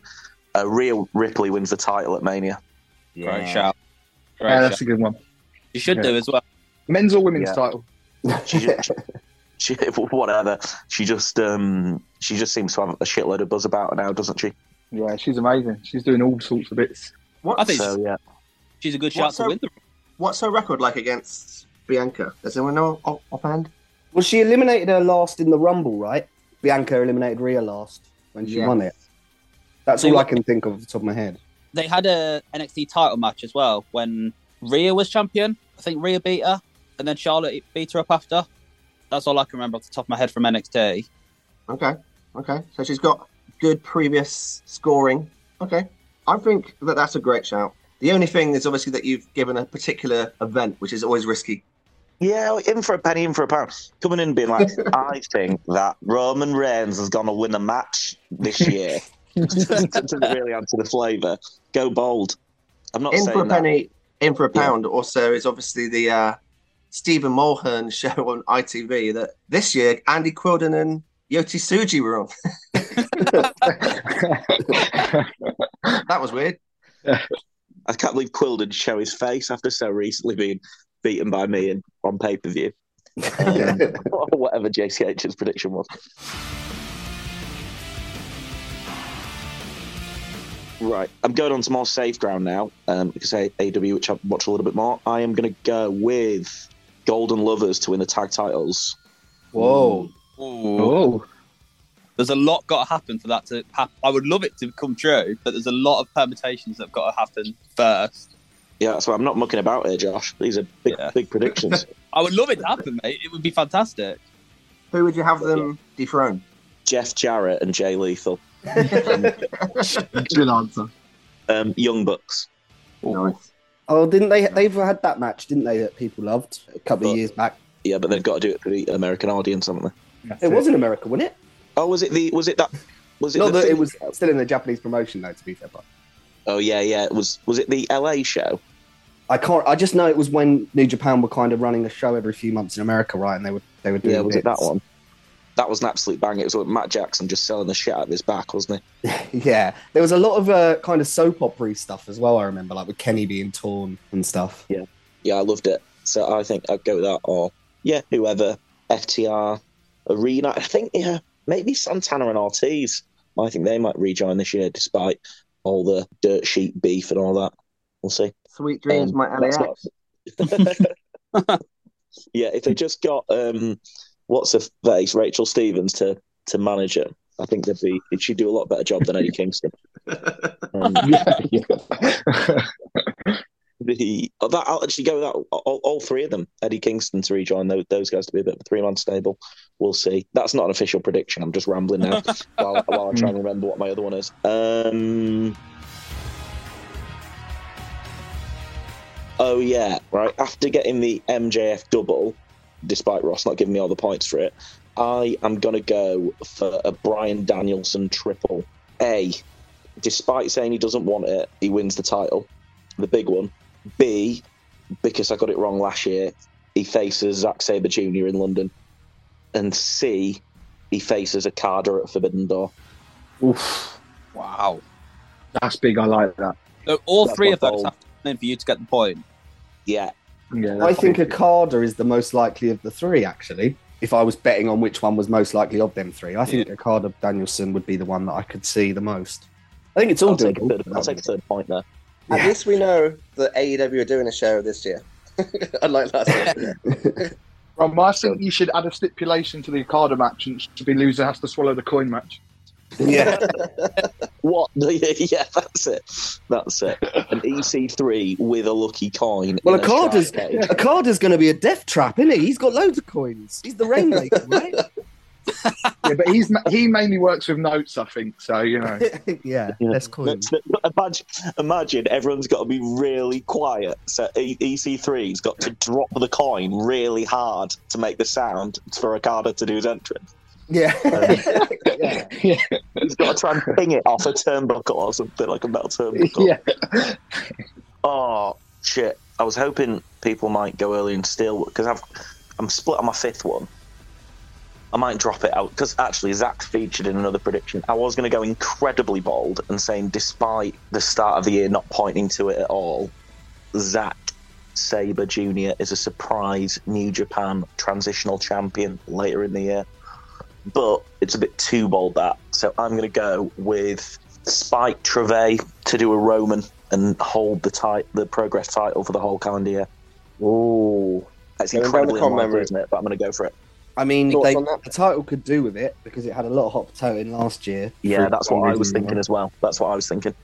Speaker 5: Uh, real Ripley wins the title at Mania.
Speaker 3: Great shout. Great
Speaker 7: Yeah,
Speaker 3: shout.
Speaker 7: that's a good one.
Speaker 3: You should do as well.
Speaker 7: Men's or women's
Speaker 5: Yeah.
Speaker 7: title?
Speaker 5: She just, she, whatever. She just um she just seems to have a shitload of buzz about her now, doesn't she?
Speaker 7: Yeah, she's amazing. She's doing all sorts of bits.
Speaker 2: what
Speaker 3: I think
Speaker 5: So yeah,
Speaker 3: she's a good shout
Speaker 2: What's
Speaker 3: to
Speaker 2: up?
Speaker 3: win the.
Speaker 2: what's her record like against Bianca? Does anyone know off- offhand?
Speaker 4: well, she eliminated her last in the Rumble, right? Bianca eliminated Rhea last when she
Speaker 2: Yeah.
Speaker 4: won it. That's
Speaker 3: So
Speaker 4: all
Speaker 3: you-
Speaker 4: I can think of off the top of my head.
Speaker 3: They had a NXT title match as well when Rhea was champion. I think Rhea beat her, and then Charlotte beat her up after. That's all I can remember off the top of my head from NXT.
Speaker 2: Okay, okay. So she's got good previous scoring. Okay, I think that that's a great shout. The only thing is obviously that you've given a particular event, which is always risky.
Speaker 5: yeah, in for a penny, in for a pound. Coming in and being like, I think that Roman Reigns is gonna win a match this year. Doesn't really add to the flavour. Go bold. I'm not
Speaker 2: in
Speaker 5: saying
Speaker 2: for a
Speaker 5: that.
Speaker 2: penny, in for a
Speaker 5: Yeah.
Speaker 2: pound. Also, is obviously the uh, Stephen Mulhern show on ITV that this year Andy Quilden and Yoti Suji were on. that was weird.
Speaker 5: I can't believe Quilden show his face after so recently being beaten by me in, on pay per view. Um, or whatever JCH's prediction was. Right, I'm going on to more safe ground now um, because I, AW, which I watch a little bit more. I am going to go with Golden Lovers to win the tag titles.
Speaker 4: Whoa.
Speaker 7: oh,
Speaker 3: There's a lot got to happen for that to happen. I would love it to come true, but there's a lot of permutations that have got to happen first.
Speaker 5: Yeah, that's why I'm not mucking about here, Josh. These are big,
Speaker 3: Yeah.
Speaker 5: big predictions.
Speaker 3: I would love it to happen, mate. It would be fantastic.
Speaker 2: Who would you have them dethrone?
Speaker 5: Jeff Jarrett and Jay Lethal,
Speaker 7: good answer.
Speaker 5: um, Young Bucks.
Speaker 2: Nice.
Speaker 4: Oh, didn't they? They've had that match, didn't they? That people loved a couple
Speaker 5: But-
Speaker 4: of years back.
Speaker 5: Yeah, but they've got to do it for the American audience, haven't they?
Speaker 7: That's
Speaker 4: It was in America, wasn't it?
Speaker 5: Oh, was it the? Was it that? Was it?
Speaker 4: Not
Speaker 5: the
Speaker 4: that it
Speaker 5: thing-
Speaker 4: was still in the Japanese promotion, though. To be fair, but
Speaker 5: Oh yeah, yeah. It was was it the LA show?
Speaker 4: I can't. I just know it was when New Japan were kind of running a show every few months in America, right? And they would they would do.
Speaker 5: Yeah, was it that
Speaker 4: bits.
Speaker 5: one? That was an absolute bang. It was like Matt Jackson just selling the shit out of his back, wasn't he?
Speaker 4: Yeah, there was a lot of uh, kind of soap opera stuff as well. I remember, like with Kenny being torn and stuff.
Speaker 5: Yeah, yeah, I loved it. So I think I'd go with that, or yeah, whoever FTR Arena. I think yeah, maybe Santana and Ortiz. I think they might rejoin this year, despite all the dirt sheet beef and all that. We'll see.
Speaker 2: Sweet dreams,
Speaker 5: Um,
Speaker 2: my
Speaker 5: that's
Speaker 2: LAX.
Speaker 5: not- yeah, if they just got um, what's her face, Rachel Stevens to to manage it, I think they'd be she'd do a lot better job than Eddie Kingston. Um, the oh, that I'll actually go with that. All, all three of them, Eddie Kingston to rejoin those, those guys to be a bit of a three man stable. We'll see. That's not an official prediction. I'm just rambling now while, while I try and remember what my other one is. Um, oh yeah, right. After getting the MJF double, despite Ross not giving me all the points for it, I am gonna go for a Brian Danielson triple. A, despite saying he doesn't want it, he wins the title, the big one. B, because I got it wrong last year, he faces Zack Sabre Jr. in London. And C, he faces a Carder at Forbidden Door.
Speaker 7: Oof.
Speaker 3: Wow.
Speaker 7: That's big. I like that.
Speaker 3: So all
Speaker 5: That's
Speaker 3: three
Speaker 5: my
Speaker 3: of those
Speaker 5: goal.
Speaker 3: have to come in for you to get the point.
Speaker 5: Yeah.
Speaker 7: Yeah,
Speaker 4: I
Speaker 7: that's
Speaker 4: think
Speaker 7: big.
Speaker 4: Okada is the most likely of the three, actually. If I was betting on which one was most likely of them three, I think Okada Danielson would be the one that I could see the most. I think it's all
Speaker 5: I'll take, a
Speaker 4: doable.
Speaker 5: third, I'll take a third point there.
Speaker 2: At least we know that AEW are doing a show this year. Unlike last year.
Speaker 7: Ron, um, I think you should add a stipulation to the Okada match, and it should be loser has to swallow the coin match.
Speaker 4: Yeah,
Speaker 5: What? yeah, that's it. That's it. An EC3 with a lucky coin.
Speaker 4: well,
Speaker 5: in a
Speaker 4: Okada's
Speaker 5: shark cage.
Speaker 4: Okada's going to be a death trap, isn't he? He's got loads of coins. He's the rainmaker, right?
Speaker 7: Yeah, but he's ma- he mainly works with notes, I think. So you know,
Speaker 4: yeah,
Speaker 5: Yeah.
Speaker 4: less coins.
Speaker 5: Imagine, imagine everyone's got to be really quiet. So E- EC3's got to drop the coin really hard to make the sound for Ricardo to do his entrance.
Speaker 4: Yeah.
Speaker 7: yeah, yeah,
Speaker 5: He's got to try and ping it off a turnbuckle or something like a metal turnbuckle.
Speaker 7: yeah.
Speaker 5: Oh shit! I was hoping people might go early and steal because I've I'm split on my fifth one. I might drop it out because actually Zach featured in another prediction. I was going to go incredibly bold and saying, despite the start of the year not pointing to it at all, Zach Saber Jr. is a surprise New Japan transitional champion later in the year. But it's a bit too bold that, so I'm going to go with Spike Trevay to do a Roman and hold the tit- the Progress title for the whole calendar year. Ooh, that's
Speaker 2: Yeah, we're going to
Speaker 5: incredibly
Speaker 2: Conman
Speaker 5: unlikely,
Speaker 2: route.
Speaker 5: isn't it? But I'm going to go for it.
Speaker 4: I mean,
Speaker 2: Thoughts
Speaker 4: they,
Speaker 2: on that?
Speaker 4: the title could do with it because it had a lot of hot potato in last year.
Speaker 5: Yeah,
Speaker 4: for
Speaker 5: that's
Speaker 4: some
Speaker 5: what I
Speaker 4: reason
Speaker 5: was
Speaker 4: or
Speaker 5: thinking
Speaker 4: another.
Speaker 5: as well. That's what I was thinking.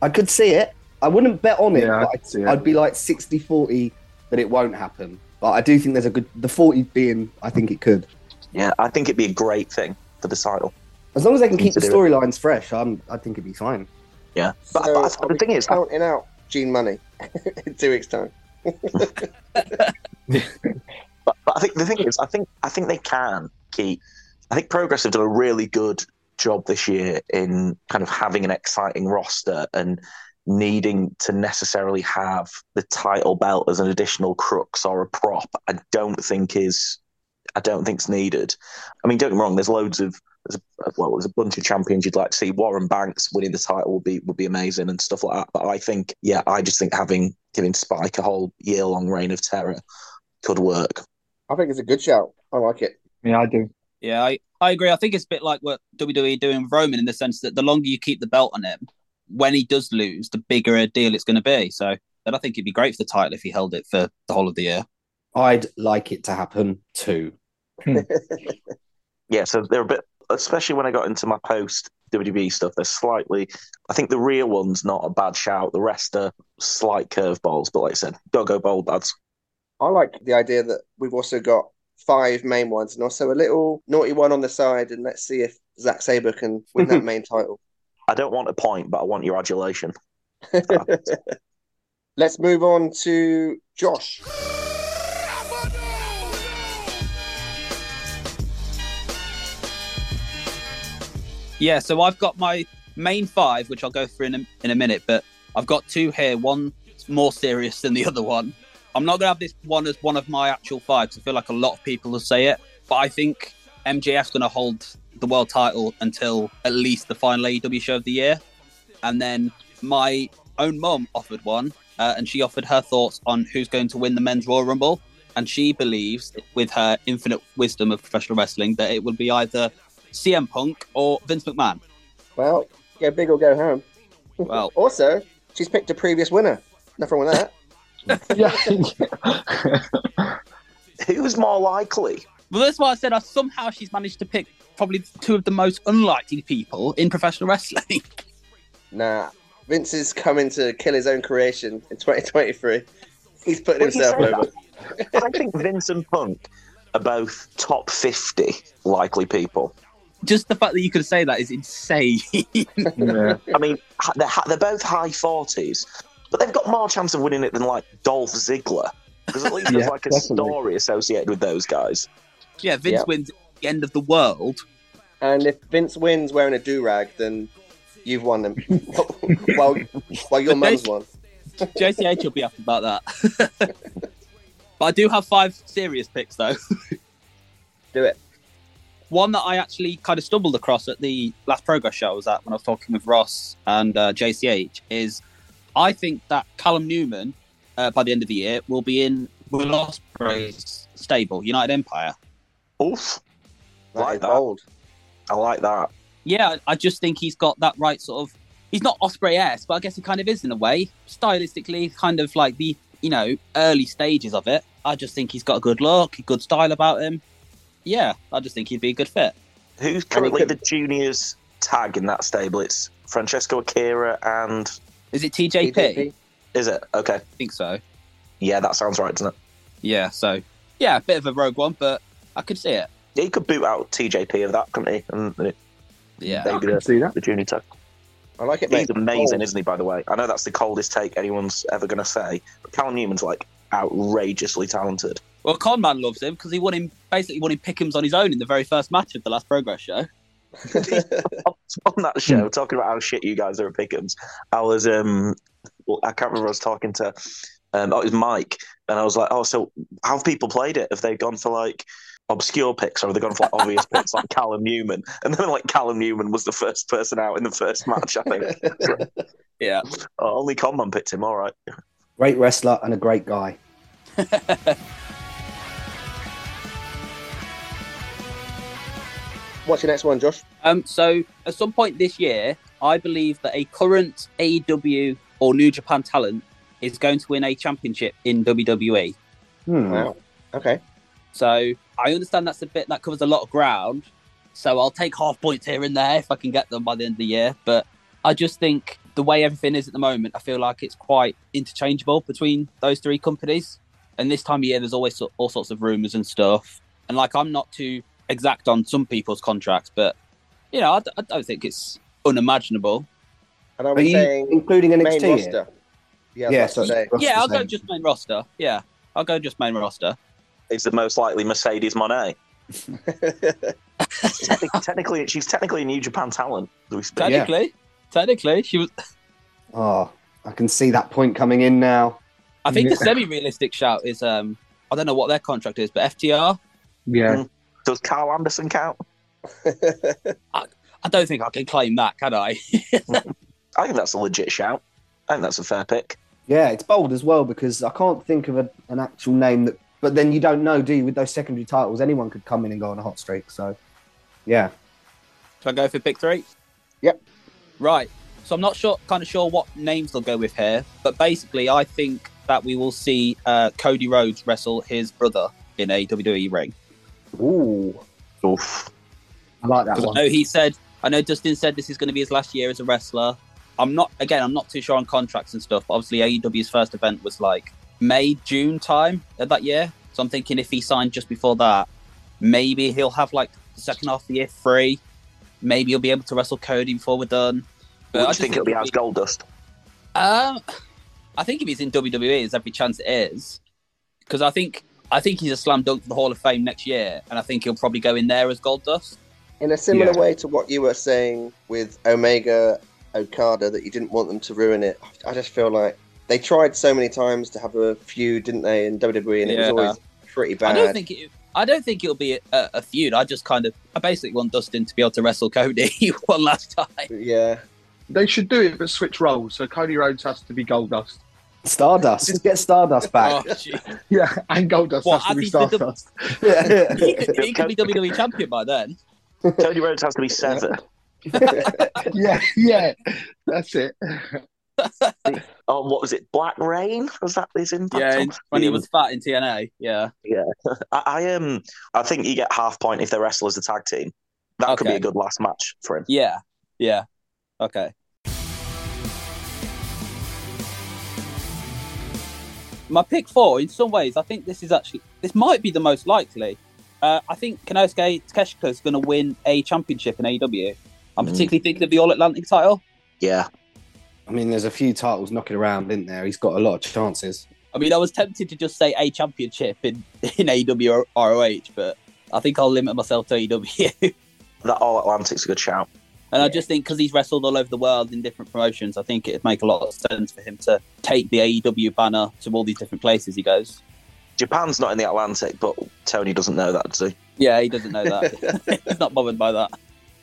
Speaker 4: I could see it. I wouldn't bet on it,
Speaker 7: Yeah, I
Speaker 4: but
Speaker 7: could
Speaker 4: I'd,
Speaker 7: see it.
Speaker 4: I'd be like 60 40 that it won't happen. But I do think there's a good, the 40 being, I think it could.
Speaker 5: Yeah, I think it'd be a great thing for the title.
Speaker 4: As long as they can keep the
Speaker 5: Consider
Speaker 4: storylines fresh, I'm, I think it'd be fine.
Speaker 5: Yeah, but,
Speaker 2: So,
Speaker 5: but
Speaker 2: are
Speaker 5: the
Speaker 2: we
Speaker 5: thing is, I,
Speaker 2: counting out Gene Money in two weeks' time.
Speaker 5: but, but I think the thing is, I think I think they can keep. I think Progress have done a really good job this year in kind of having an exciting roster and needing to necessarily have the title belt as an additional crux or a prop. I don't think is. I don't think's needed. I mean, don't get me wrong. There's loads of there's a, well, there's a bunch of champions you'd like to see. Warren Banks winning the title would be would be amazing and stuff like that. But I think, yeah, I just think having giving Spike a whole year long reign of terror could work.
Speaker 2: I think it's a good shout. I like it.
Speaker 7: Yeah, I do.
Speaker 3: Yeah, I, I agree. I think it's a bit like what WWE are doing with Roman in the sense that the longer you keep the belt on him, when he does lose, the bigger a deal it's going to be. So, and I think it'd be great for the title if he held it for the whole of the year.
Speaker 4: I'd like it to happen too.
Speaker 5: Hmm. Yeah, so they're a bit, especially when I got into my post WWE stuff. They're slightly, I think the real one's not a bad shout. The rest are slight curveballs, but like I said, gotta go bold, lads.
Speaker 2: I like the idea that we've also got five main ones and also a little naughty one on the side, and let's see if Zack Saber can win that main title.
Speaker 5: I don't want a point, but I want your adulation.
Speaker 2: Let's move on to Josh.
Speaker 3: Yeah, so I've got my main five, which I'll go through in a, in a minute. But I've got two here. One more serious than the other one. I'm not going to have this one as one of my actual fives. I feel like a lot of people will say it, but I think MJF's going to hold the world title until at least the final AEW show of the year. And then my own mum offered one, uh, and she offered her thoughts on who's going to win the men's Royal Rumble. And she believes, with her infinite wisdom of professional wrestling, that it will be either CM Punk or Vince McMahon.
Speaker 10: Well, go big or go home.
Speaker 3: Well,
Speaker 10: also, she's picked a previous winner. Nothing wrong with
Speaker 5: that. Who's more likely?
Speaker 3: Well, that's why I said I, somehow she's managed to pick probably two of the most unlikely people in professional wrestling.
Speaker 10: nah, Vince is coming to kill his own creation in 2023. He's putting
Speaker 5: When you
Speaker 10: himself
Speaker 5: say
Speaker 10: over.
Speaker 5: that, I think Vince and Punk are both top 50 likely people.
Speaker 3: Just the fact that you could say that is insane.
Speaker 5: I mean, h- they're, h- they're both high 40s, but they've got more chance of winning it than like Dolph Ziggler. Because at least
Speaker 3: Yeah,
Speaker 5: there's like a
Speaker 3: definitely.
Speaker 5: story associated with those guys.
Speaker 3: Yeah, Vince
Speaker 10: Yeah.
Speaker 3: wins at the end of the world.
Speaker 10: And if Vince wins wearing a do rag, then you've won them. while, while your mum's won.
Speaker 3: JCH will be up about that. but I do have five serious picks though.
Speaker 10: do it.
Speaker 3: One that I actually kind of stumbled across at the last progress show I was at when I was talking with Ross and uh, JCH is I think that Callum Newman uh, by the end of the year will be in Will Ospreay's stable, United Empire.
Speaker 5: Oof.
Speaker 10: like that. Bold.
Speaker 5: I like that.
Speaker 3: Yeah, I just think he's got that right sort of. He's not Osprey esque, but I guess he kind of is in a way. Stylistically, kind of like the, you know, early stages of it. I just think he's got a good look, a good style about him. Yeah, I just think he'd be a good fit.
Speaker 5: Who's currently the juniors tag in that stable? It's Francesco Akira and.
Speaker 3: Is it TJP? TJP.
Speaker 5: Is it? Okay. I
Speaker 3: think so.
Speaker 5: Yeah, that sounds right, doesn't it?
Speaker 3: Yeah, so. Yeah, a bit of a rogue one, but I could see it.
Speaker 5: Yeah, you could boot out TJP of that, couldn't he? And and it-
Speaker 3: Yeah.
Speaker 5: maybe the, the junior tag.
Speaker 10: I like it.
Speaker 5: He's
Speaker 10: mate.
Speaker 5: amazing,
Speaker 10: Bold.
Speaker 5: isn't he? By the way, I know that's the coldest take anyone's ever going to say, but Callum Newman's like outrageously talented.
Speaker 3: Well, Conman loves him because he won him, basically won him Pickham's on his own in the very first match of the last progress show.
Speaker 5: On that show, talking about how shit you guys are at Pickham's, I was um, well, I can't remember. I was talking to um, oh, it was Mike, and I was like, oh, so how have people played it? Have they gone for like? Obscure picks, or have they gone for like obvious picks like Callum Newman? And then, like, Callum Newman was the first person out in the first match, I think. Oh,
Speaker 3: yeah.
Speaker 5: only Conman picked him, all right.
Speaker 4: Great wrestler and a great guy.
Speaker 10: What's your next one, Josh?
Speaker 3: Um, so at some point this year, I believe that a current AEW or New Japan talent is going to win a championship in E. WWE.
Speaker 7: Hmm.
Speaker 10: Wow. Okay.
Speaker 3: So I understand that's a bit that covers a lot of ground. So I'll take half points here and there if I can get them by the end of the year. But I just think the way everything is at the moment, I feel like it's quite interchangeable between those three companies. And this time of year, there's always so- all sorts of rumors and stuff. And like, I'm not too exact on some people's contracts, but you know, I, d- I don't think it's unimaginable.
Speaker 10: And I
Speaker 3: Are
Speaker 10: was
Speaker 3: you
Speaker 10: saying
Speaker 4: including
Speaker 10: main
Speaker 4: NXT here?
Speaker 10: roster. Yeah, yeah
Speaker 4: so-
Speaker 10: that's what
Speaker 3: yeah, I'll go just main roster. Yeah, I'll go just main roster.
Speaker 5: is the most likely Mercedes Monet. technically, technically, she's technically a New Japan talent. as we speak.
Speaker 3: Technically, technically, she was.
Speaker 4: Oh, I can see that point coming in now.
Speaker 3: I think the semi-realistic shout is um, I don't know what their contract is, but FTR.
Speaker 7: Yeah.
Speaker 5: Does Carl Anderson count?
Speaker 3: I don't think I can claim that, can I?
Speaker 5: I think that's a legit shout. I think that's a fair pick.
Speaker 4: Yeah, it's bold as well because I can't think of a, an actual name that. But then you don't know, do you? With those secondary titles, anyone could come in and go on a hot streak. So, yeah,
Speaker 3: Should I go for pick three?
Speaker 10: Yep.
Speaker 3: Right. So I'm not sure, kind of sure what names they'll go with here, but basically, I think that we will see uh, Cody Rhodes wrestle his brother in a WWE ring.
Speaker 4: Ooh.
Speaker 5: Oof.
Speaker 4: I like that
Speaker 3: 'Cause I
Speaker 4: one.
Speaker 3: know he said, I know Dustin said this is going to be his last year as a wrestler. I'm not, again, I'm not too sure on contracts and stuff. But obviously, AEW's first event was like May, June time of that year. So I'm thinking if he signed just before that, maybe he'll have like the second half of the year free. Maybe he'll be able to wrestle Cody before we're done.
Speaker 5: Would you
Speaker 3: Uh, just
Speaker 5: think it'll be as gold dust?
Speaker 3: um, I think if he's in WWE, there's every chance it is, because I think I think he's a slam dunk for the Hall of Fame next year, and I think he'll probably go in there as Gold Dust.
Speaker 10: In a similar
Speaker 3: Yeah.
Speaker 10: way to what you were saying with Omega
Speaker 2: Okada that you didn't want them to ruin it. I just feel like they tried so many times to have a feud, didn't they, in WWE, and
Speaker 3: Yeah.
Speaker 2: it was always pretty bad.
Speaker 3: I don't think it. I don't think it'll be a, a feud. I just kind of, I basically want Dustin to be able to wrestle Cody one last time.
Speaker 2: Yeah.
Speaker 7: They should do it, but switch roles. So Cody Rhodes has to be Goldust.
Speaker 4: Stardust. Just get Stardust back.
Speaker 3: Oh,
Speaker 7: yeah, and Goldust
Speaker 4: What,
Speaker 7: has to be
Speaker 4: Abby's the dub-
Speaker 7: Stardust.
Speaker 3: he, could, he could be WWE champion by then.
Speaker 5: Cody Rhodes has to be seven.
Speaker 7: yeah, yeah, that's it.
Speaker 5: Oh, what was it? Black Rain? Was that his impact?
Speaker 3: Yeah,
Speaker 5: on
Speaker 3: in- when he
Speaker 5: you?
Speaker 3: was fat in TNA. Yeah.
Speaker 5: Yeah, I, I um, I think you get half point if they wrestle as a tag team. That could be
Speaker 3: Okay.
Speaker 5: a good last match for him.
Speaker 3: Yeah. Yeah. Okay. My pick four, in some ways, I think this is actually this might be the most likely. Uh, I think Kanosuke Takeshita is going to win a championship in AEW. I'm
Speaker 4: Mm.
Speaker 3: particularly thinking of the All Atlantic title.
Speaker 5: Yeah.
Speaker 4: I mean, there's a few titles knocking around, isn't there? He's got a lot of chances.
Speaker 3: I mean, I was tempted to just say a championship in in AEW or ROH, but I think I'll limit myself to AEW. and
Speaker 5: That All Atlantic's a good shout.
Speaker 3: I just think because he's wrestled all over the world in different promotions, I think it'd make a lot of sense for him to take the AEW banner to all these different places he goes.
Speaker 5: Japan's not in the Atlantic, but Tony doesn't know that, does he?
Speaker 3: Yeah, he doesn't know that. He's not bothered by that.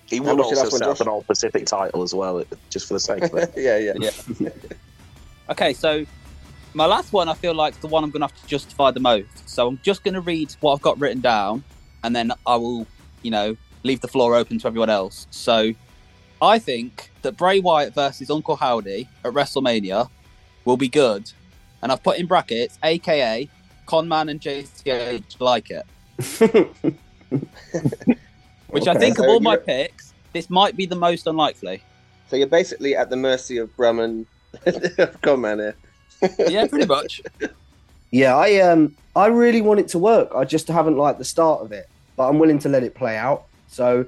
Speaker 5: He
Speaker 3: How
Speaker 5: would
Speaker 3: much did
Speaker 5: also
Speaker 3: that one
Speaker 5: set up an All Pacific title as well, just for the sake of it.
Speaker 2: yeah, yeah.
Speaker 3: yeah. okay, so my last one I feel like is the one I'm going to have to justify the most. So I'm just going to read what I've got written down and then I will, you know, leave the floor open to everyone else. So I think that Bray Wyatt versus Uncle Howdy at WrestleMania will be good. And I've put in brackets, aka Conman and JCH like it. Which I
Speaker 2: Okay.
Speaker 3: think of
Speaker 2: So
Speaker 3: all my
Speaker 2: you're-
Speaker 3: picks, this might be the most unlikely.
Speaker 2: So you're basically at the mercy of Brumman. Come on, here.
Speaker 3: yeah, pretty much.
Speaker 4: Yeah, I um, I really want it to work. I just haven't liked the start of it, but I'm willing to let it play out. So,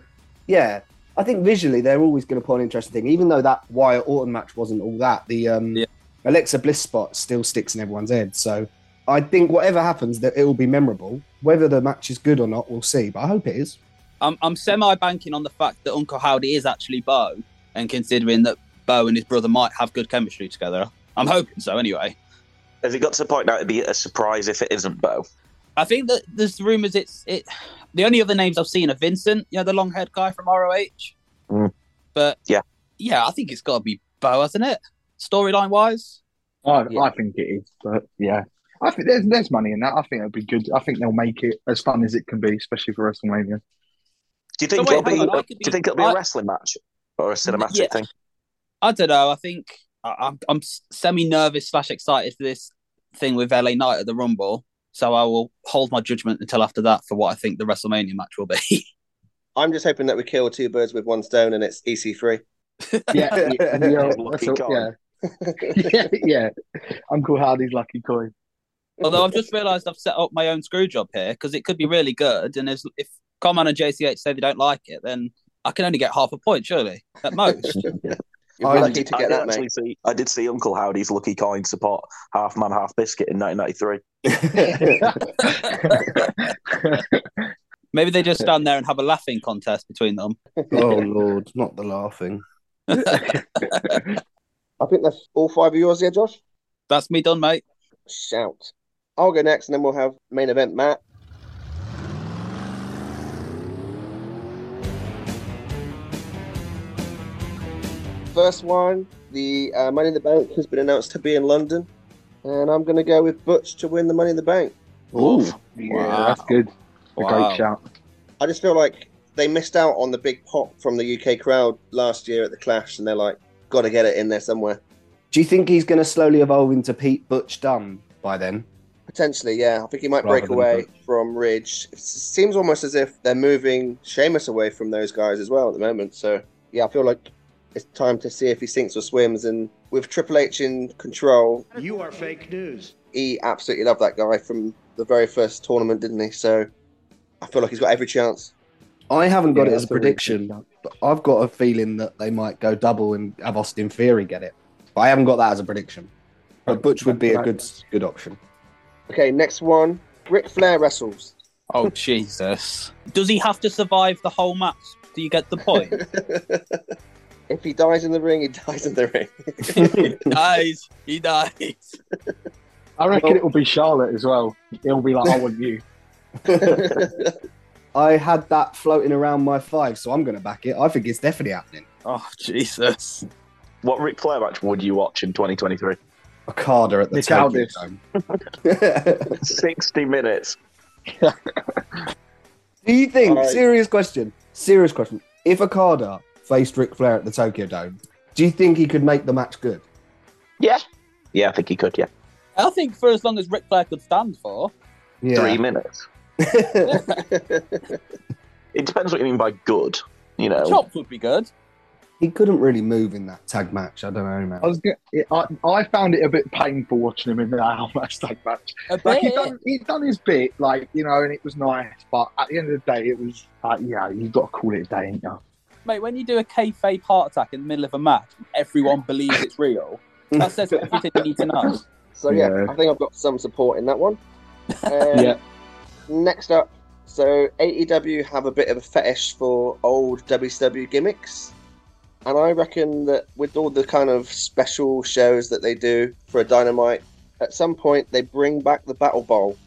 Speaker 4: yeah, I think visually they're always going to put an interesting thing. Even though that Wyatt Orton match wasn't all that, the um, Alexa Bliss spot still sticks in everyone's head. So, I think whatever happens, that it will be memorable. Whether the match is good or not, we'll see. But I hope it is.
Speaker 3: I'm, I'm semi banking on the fact that Uncle Howdy is actually Bo, and considering that Bo and his brother might have good chemistry together, I'm hoping so anyway.
Speaker 5: Has it got to the point now it'd be a surprise if it isn't Bo?
Speaker 3: I think that there's rumours it's it. The only other names I've seen are Vincent, you know, the long haired guy from ROH. But
Speaker 5: yeah,
Speaker 3: yeah, I think it's got to be Bo, hasn't it? Storyline wise,
Speaker 7: I, I think it is, but yeah, I think there's there's money in that. I think it'll be good. I think they'll make it as fun as it can be, especially for WrestleMania.
Speaker 5: Do you think
Speaker 3: So wait,
Speaker 5: it'll be,
Speaker 3: hang on, I
Speaker 5: Do
Speaker 3: could
Speaker 5: you
Speaker 3: be-
Speaker 5: think it'll be a
Speaker 3: I-
Speaker 5: wrestling match or a cinematic
Speaker 3: Yeah.
Speaker 5: thing?
Speaker 3: I don't know. I think I, I'm, I'm semi nervous slash excited for this thing with LA Knight at the Rumble, so I will hold my judgment until after that for what I think the WrestleMania match will be.
Speaker 2: I'm just hoping that we kill two birds with one stone and it's E EC3.
Speaker 7: Yeah, yeah, that's
Speaker 2: Lucky
Speaker 7: all-
Speaker 2: guy.
Speaker 7: yeah. yeah, yeah. Uncle Hardy's lucky coin.
Speaker 3: Although I've just realised I've set up my own screw job here because it could be really good. And as, if Common and JCH say they don't like it, then I can only get half a point, surely, at most.
Speaker 5: I,
Speaker 3: lucky
Speaker 5: did,
Speaker 3: to
Speaker 5: I
Speaker 3: get
Speaker 5: did
Speaker 3: that, mate.
Speaker 5: actually See, I did see Uncle Howdy's Lucky Coin support half man, half biscuit in 1993.
Speaker 3: Maybe they just stand there and have a laughing contest between them.
Speaker 4: oh lord, not the laughing.
Speaker 2: I think that's all five of yours, yeah, Josh?
Speaker 3: That's me done, mate.
Speaker 2: Shout. I'll go next and then we'll have main event Matt. First one, the uh, Money in the Bank has been announced to be in London. And I'm going to go with Butch to win the Money in the Bank.
Speaker 7: Ooh, yeah, that's good. A
Speaker 2: Wow.
Speaker 7: great shout.
Speaker 2: I just feel like they missed out on the big pop from the UK crowd last year at the Clash, and they're like, got to get it in there somewhere.
Speaker 4: Do you think he's going to slowly evolve into Pete Butch Dunn by then?
Speaker 2: Potentially, yeah. I think he might
Speaker 4: Rather
Speaker 2: break
Speaker 4: than
Speaker 2: away from Ridge. It s- seems almost as if they're moving Sheamus away from those guys as well at the moment. So, yeah, I feel like it's time to see if he sinks or swims. And with Triple H in control,
Speaker 11: You are fake news.
Speaker 2: he absolutely loved that guy from the very first tournament, didn't he? So, I feel like he's got every chance.
Speaker 4: I haven't got
Speaker 2: Yeah,
Speaker 4: it as a
Speaker 2: that's a really good
Speaker 4: prediction, but I've got a feeling that they might go double and have Austin Theory get it. But I haven't got that as a prediction. But Butch would be a good good option.
Speaker 2: Okay, next one. Ric Flair wrestles.
Speaker 3: Oh, Jesus. Does he have to survive the whole match? Do you get the point?
Speaker 2: If he dies in the ring, he dies in the ring.
Speaker 3: he dies. He dies.
Speaker 7: I reckon it'll be Charlotte as well. It'll be like, I want you.
Speaker 4: I had that floating around my five, so I'm going to back it. I think it's definitely happening.
Speaker 3: Oh Jesus!
Speaker 5: What Ric Flair match would you watch in 2023?
Speaker 4: Okada at the
Speaker 7: Nick
Speaker 4: Tokyo
Speaker 7: Aldis.
Speaker 4: Dome.
Speaker 5: 60 minutes.
Speaker 4: Do you think?
Speaker 2: Alright.
Speaker 4: Serious question. Serious question. If Okada faced Ric Flair at the Tokyo Dome, do you think he could make the match good?
Speaker 5: Yeah. Yeah, I think he could. Yeah.
Speaker 3: I think for as long as Ric Flair could stand for,
Speaker 5: Three minutes. It depends what you mean by good. You
Speaker 7: Oh.
Speaker 5: know,
Speaker 3: chops would be good.
Speaker 4: he couldn't really move in that tag match. I don't know, man.
Speaker 7: I was. Gonna, I, I found it a bit painful watching him in that Almas tag match.
Speaker 3: A
Speaker 7: Like he
Speaker 3: bit.
Speaker 7: done, he done his bit, like you know, and it was nice. But at the end of the day, it was like, yeah, you got to call it a day, ain't you?
Speaker 3: Mate, when you do a kayfabe heart attack in the middle of a match, and everyone believes it's real. That says everything you need to know.
Speaker 2: so yeah,
Speaker 7: Yeah.
Speaker 2: I think I've got some support in that one. Um,
Speaker 7: Yeah.
Speaker 2: Next up, so AEW have a bit of a fetish for old WCW gimmicks. And I reckon that with all the kind of special shows that they do for a dynamite, at some point they bring back the Battle Bowl.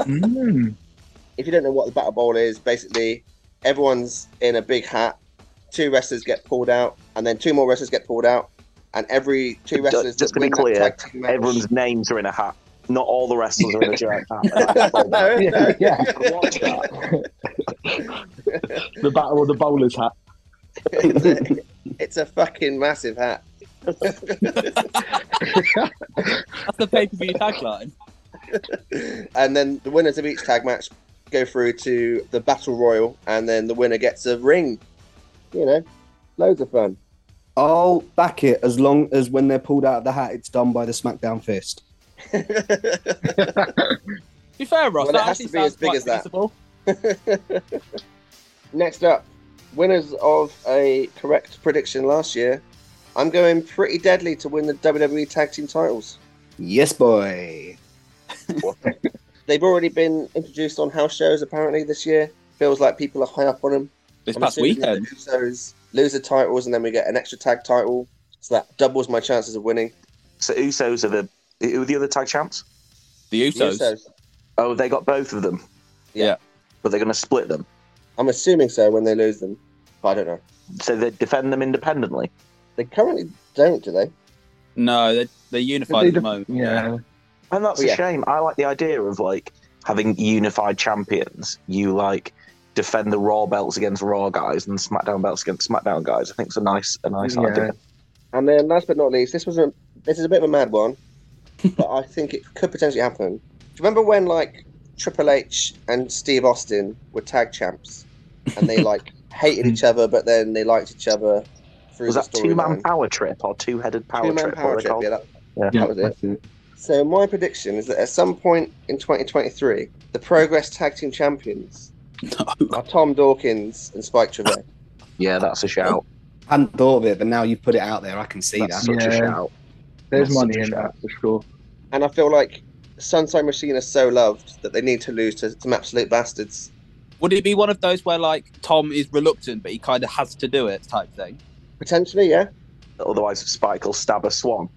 Speaker 7: Mm.
Speaker 2: if you don't know what the battle bowl is, basically everyone's in a big hat. Two wrestlers get pulled out, and then two more wrestlers get pulled out, and every two
Speaker 5: Just-
Speaker 2: wrestlers.
Speaker 5: just
Speaker 2: that
Speaker 5: to be
Speaker 2: win that
Speaker 5: clear,
Speaker 2: tag team match-
Speaker 5: everyone's names are in a hat. Not all the wrestlers are in a giant hat.
Speaker 2: no, no.
Speaker 7: Yeah, yeah.
Speaker 5: I watched that.
Speaker 7: The battle of the bowlers hat.
Speaker 2: it's, a, it's a fucking massive hat.
Speaker 3: That's the pay per view tagline.
Speaker 2: and then the winners of each tag match go through to the battle royal, and then the winner gets a ring. You know, loads of fun.
Speaker 4: I'll back it as long as when they're pulled out of the hat, it's done by the SmackDown fist.
Speaker 3: To be fair, Ross,
Speaker 2: Well, it
Speaker 3: that
Speaker 2: has to be
Speaker 3: actually
Speaker 2: as
Speaker 3: sounds
Speaker 2: big
Speaker 3: quite
Speaker 2: as that.
Speaker 3: feasible.
Speaker 2: Next up, winners of a correct prediction last year. I'm going pretty deadly to win the WWE Tag Team titles.
Speaker 4: Yes, boy.
Speaker 2: They've already been introduced on house shows apparently this year. Feels like people are high up on them.
Speaker 3: This
Speaker 2: I'm
Speaker 3: past
Speaker 2: assuming that
Speaker 3: weekend.
Speaker 2: The Usos lose the titles and then we get an extra tag title. So that doubles my chances of winning.
Speaker 5: So Usos are the who are the other tag champs?
Speaker 3: The
Speaker 2: The
Speaker 3: Usos.
Speaker 2: Usos.
Speaker 5: Oh, they got both of them.
Speaker 2: Yeah.
Speaker 5: But they're going to split them.
Speaker 2: I'm assuming so when they lose them. But I don't know.
Speaker 5: So they defend them independently.
Speaker 2: They currently don't, do they?
Speaker 3: No, they they're unified at the
Speaker 7: They-
Speaker 3: moment.
Speaker 7: Yeah.
Speaker 5: And that's
Speaker 2: Oh, yeah.
Speaker 5: a shame. I like the idea of like having unified champions. You like defend the Raw belts against Raw guys and SmackDown belts against SmackDown guys. I think it's a nice, a nice
Speaker 7: Yeah.
Speaker 5: idea.
Speaker 2: And then last but not least, this was a this is a bit of a mad one, but I think it could potentially happen. Do you remember when like Triple H and Steve Austin were tag champs, and they like hated each other, but then they liked each other through
Speaker 5: Was
Speaker 2: the
Speaker 5: that two man
Speaker 2: storyline?
Speaker 5: power trip or two headed power
Speaker 2: Two-man
Speaker 5: trip?
Speaker 2: power
Speaker 5: what
Speaker 2: trip,
Speaker 5: they're called?
Speaker 2: yeah, that,
Speaker 7: Yeah,
Speaker 2: that was it.
Speaker 7: that's it.
Speaker 2: So my prediction is that at some point in 2023, the Progress Tag Team Champions are Tom Dawkins and Spike Trevor.
Speaker 5: yeah, that's a shout.
Speaker 4: Hadn't thought of it, but now you put it out there, I can see
Speaker 5: That's
Speaker 4: that.
Speaker 5: such a
Speaker 7: Yeah.
Speaker 5: shout.
Speaker 7: There's
Speaker 5: That's
Speaker 7: money
Speaker 5: such
Speaker 7: in
Speaker 5: a
Speaker 7: that for sure.
Speaker 2: and I feel like Sunshine Machine is so loved that they need to lose to some absolute bastards.
Speaker 3: Would it be one of those where like Tom is reluctant but he kind of has to do it type thing?
Speaker 2: Potentially, yeah.
Speaker 5: Otherwise, Spike will stab a swan.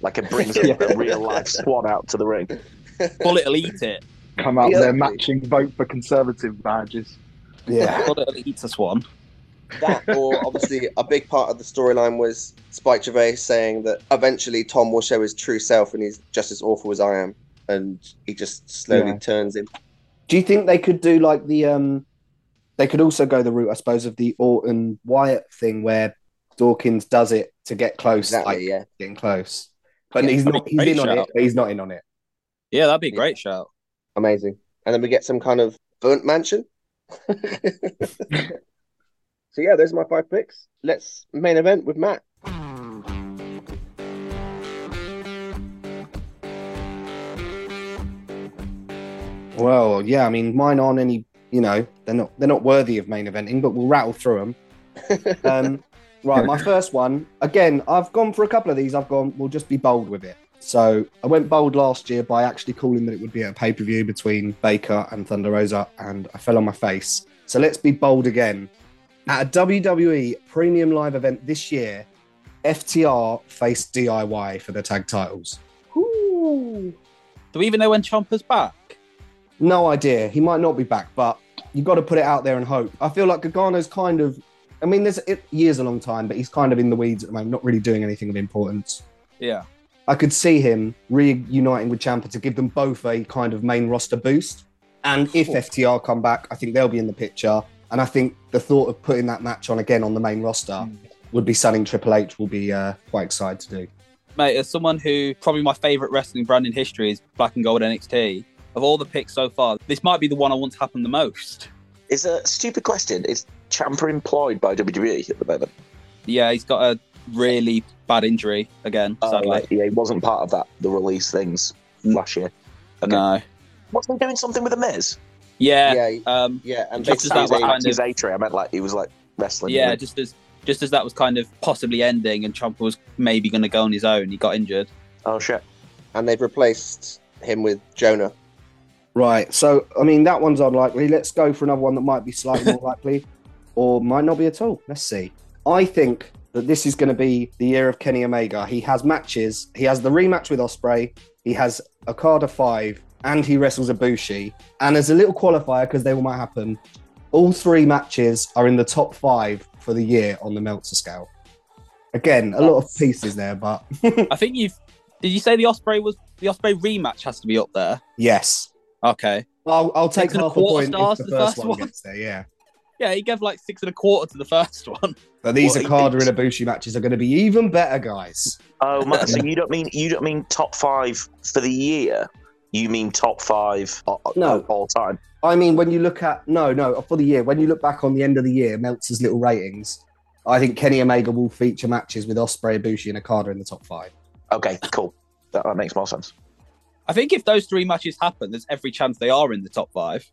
Speaker 5: Like it brings a- a real life swan out to the ring.
Speaker 3: Bullet'll eat it.
Speaker 7: Come out
Speaker 2: Yeah.
Speaker 7: there matching vote for conservative badges.
Speaker 4: Yeah.
Speaker 3: Bullet'll eat a swan.
Speaker 2: That, or obviously, a big part of the storyline was Spike Gervais saying that eventually Tom will show his true self and he's just as awful as I am. And he just slowly
Speaker 7: Yeah.
Speaker 2: turns him.
Speaker 4: Do you think they could do like the um they could also go the route, I suppose, of the Orton Wyatt thing where Dawkins does it to get close,
Speaker 2: Exactly,
Speaker 4: like
Speaker 2: yeah.
Speaker 4: getting close. But he's
Speaker 3: that'd
Speaker 4: not
Speaker 3: be
Speaker 4: he's
Speaker 3: great
Speaker 4: in on it,
Speaker 3: shout.
Speaker 4: but he's not in on it.
Speaker 3: Yeah, that'd be a
Speaker 2: Yeah.
Speaker 3: great shout.
Speaker 2: Amazing. And then we get some kind of burnt mansion. so, yeah, those are my five picks. Let's main event with Matt.
Speaker 4: Well, yeah, I mean, mine aren't any, you know, they're not they're not worthy of main eventing, but we'll rattle through them. um, right, my first one again. I've gone for a couple of these. I've gone. We'll just be bold with it. So I went bold last year by actually calling that it would be at a pay per view between Baker and Thunder Rosa, and I fell on my face. So let's be bold again At a WWE premium live event this year, FTR faced DIY for the tag titles.
Speaker 3: Do we even know when Chompa's back?
Speaker 4: No idea. He might not be back, but you've got to put it out there and hope. I feel like Gargano's kind of, I mean, there's it, years a long time, but he's kind of in the weeds at the moment, not really doing anything of importance.
Speaker 3: Yeah.
Speaker 4: I could see him reuniting with Champa to give them both a kind of main roster boost. And if FTR come back, I think they'll be in the picture. And I think the thought of putting that match on again on the main roster would be something Triple H will be uh, quite excited to do.
Speaker 3: Mate, as someone who probably my favourite wrestling brand in history is Black and Gold NXT, of all the picks so far, this might be the one I want to happen the most.
Speaker 5: It's a stupid question. Is Champa employed by WWE at the moment?
Speaker 3: Yeah, he's got a really bad injury again, sadly.
Speaker 5: Uh, like, yeah, he wasn't part of that the release things last year.
Speaker 3: No.
Speaker 5: What's he doing something with the Miz?
Speaker 3: Yeah. Yeah. Um,
Speaker 10: yeah, and
Speaker 3: just as that was kind
Speaker 5: his
Speaker 3: of,
Speaker 5: atria. I meant like he was like wrestling.
Speaker 3: yeah, just as just as that was kind of possibly ending, and Champa was maybe going to go on his own, he got injured.
Speaker 5: Oh shit!
Speaker 10: And they've replaced him with Jonah.
Speaker 4: Right. So, I mean, that one's unlikely. Let's go for another one that might be slightly more likely or might not be at all. Let's see. I think that this is going to be the year of Kenny Omega. He has matches. He has the rematch with Osprey. He has Okada 5 and he wrestles Ibushi. And as a little qualifier, because they all might happen, all three matches are in the top five for the year on the Meltzer scale. Again, a lot of pieces there, but
Speaker 3: I think you've. Did you say the Osprey was the Osprey rematch has to be up there?
Speaker 4: yes.
Speaker 3: Okay.
Speaker 4: I'll, I'll take
Speaker 3: Six and a
Speaker 4: half a
Speaker 3: quarter
Speaker 4: point if
Speaker 3: stars
Speaker 4: the
Speaker 3: to the
Speaker 4: first,
Speaker 3: first
Speaker 4: one,
Speaker 3: one.
Speaker 4: gets there, yeah.
Speaker 3: Yeah, he gave like six and a quarter to the first one.
Speaker 4: But these
Speaker 5: What he
Speaker 4: Okada and Ibushi matches are going to be even better, guys.
Speaker 5: Oh man, so you don't mean you don't mean top five for the year? You mean top five o- o-
Speaker 4: No.
Speaker 5: all time?
Speaker 4: I mean, when you look at no, no, for the year, when you look back on the end of the year, Meltzer's little ratings, I think Kenny Omega will feature matches with Osprey, Ibushi, and Okada in the top five.
Speaker 5: Okay, cool. That, that makes more sense.
Speaker 3: I think if those three matches happen, there's every chance they are in the top five.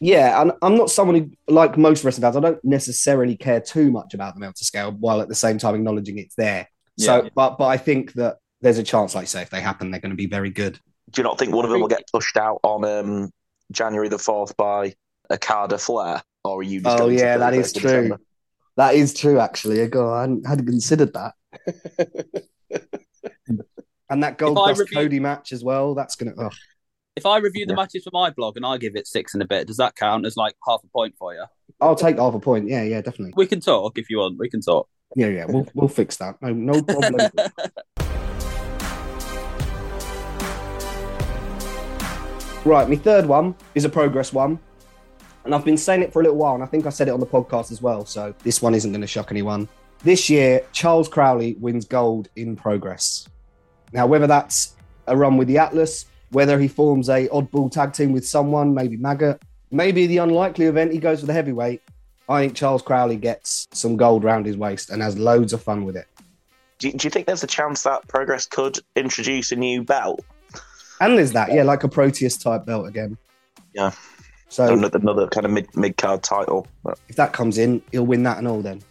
Speaker 4: Yeah, and I'm not someone who, like most wrestling fans, I don't necessarily care too much about the Meltzer scale, while at the same time acknowledging it's there. So,
Speaker 3: Yeah.
Speaker 4: but but I think that there's a chance, like you say, if they happen, they're going to be very good.
Speaker 5: Do you not think one of them will get pushed out on um, January the fourth by a Carter Flair? Or are you? Just
Speaker 4: Oh
Speaker 5: going to
Speaker 4: yeah, that is
Speaker 5: 31st of
Speaker 4: true.
Speaker 5: December?
Speaker 4: That is true, actually. God, I hadn't, hadn't considered that. and that Gold
Speaker 3: If I
Speaker 4: Dust
Speaker 3: review-
Speaker 4: Cody match as well. That's gonna. Oh.
Speaker 3: If I review the matches for my blog and I give it six and a bit, does that count as like half a point for you?
Speaker 4: I'll take half a point. Yeah, yeah, definitely.
Speaker 3: We can talk if you want. We can talk.
Speaker 4: Yeah, yeah, we'll we'll fix that. No, no problem. right, my third one is a progress one, and I've been saying it for a little while, and I think I said it on the podcast as well. So this one isn't going to shock anyone. This year, Charles Crowley wins gold in progress. Now, whether that's a run with the Atlas, whether he forms a oddball tag team with someone, maybe Maggot, maybe the unlikely event he goes for the heavyweight. I think Charles Crowley gets some gold round his waist and has loads of fun with it.
Speaker 5: Do, do you think there's a chance that Progress could introduce a new belt?
Speaker 4: And there's that, yeah, like a Proteus type belt again.
Speaker 5: Yeah.
Speaker 4: So
Speaker 5: another, another kind of mid mid card title. uh, But
Speaker 4: if that comes in, he'll win that and all then.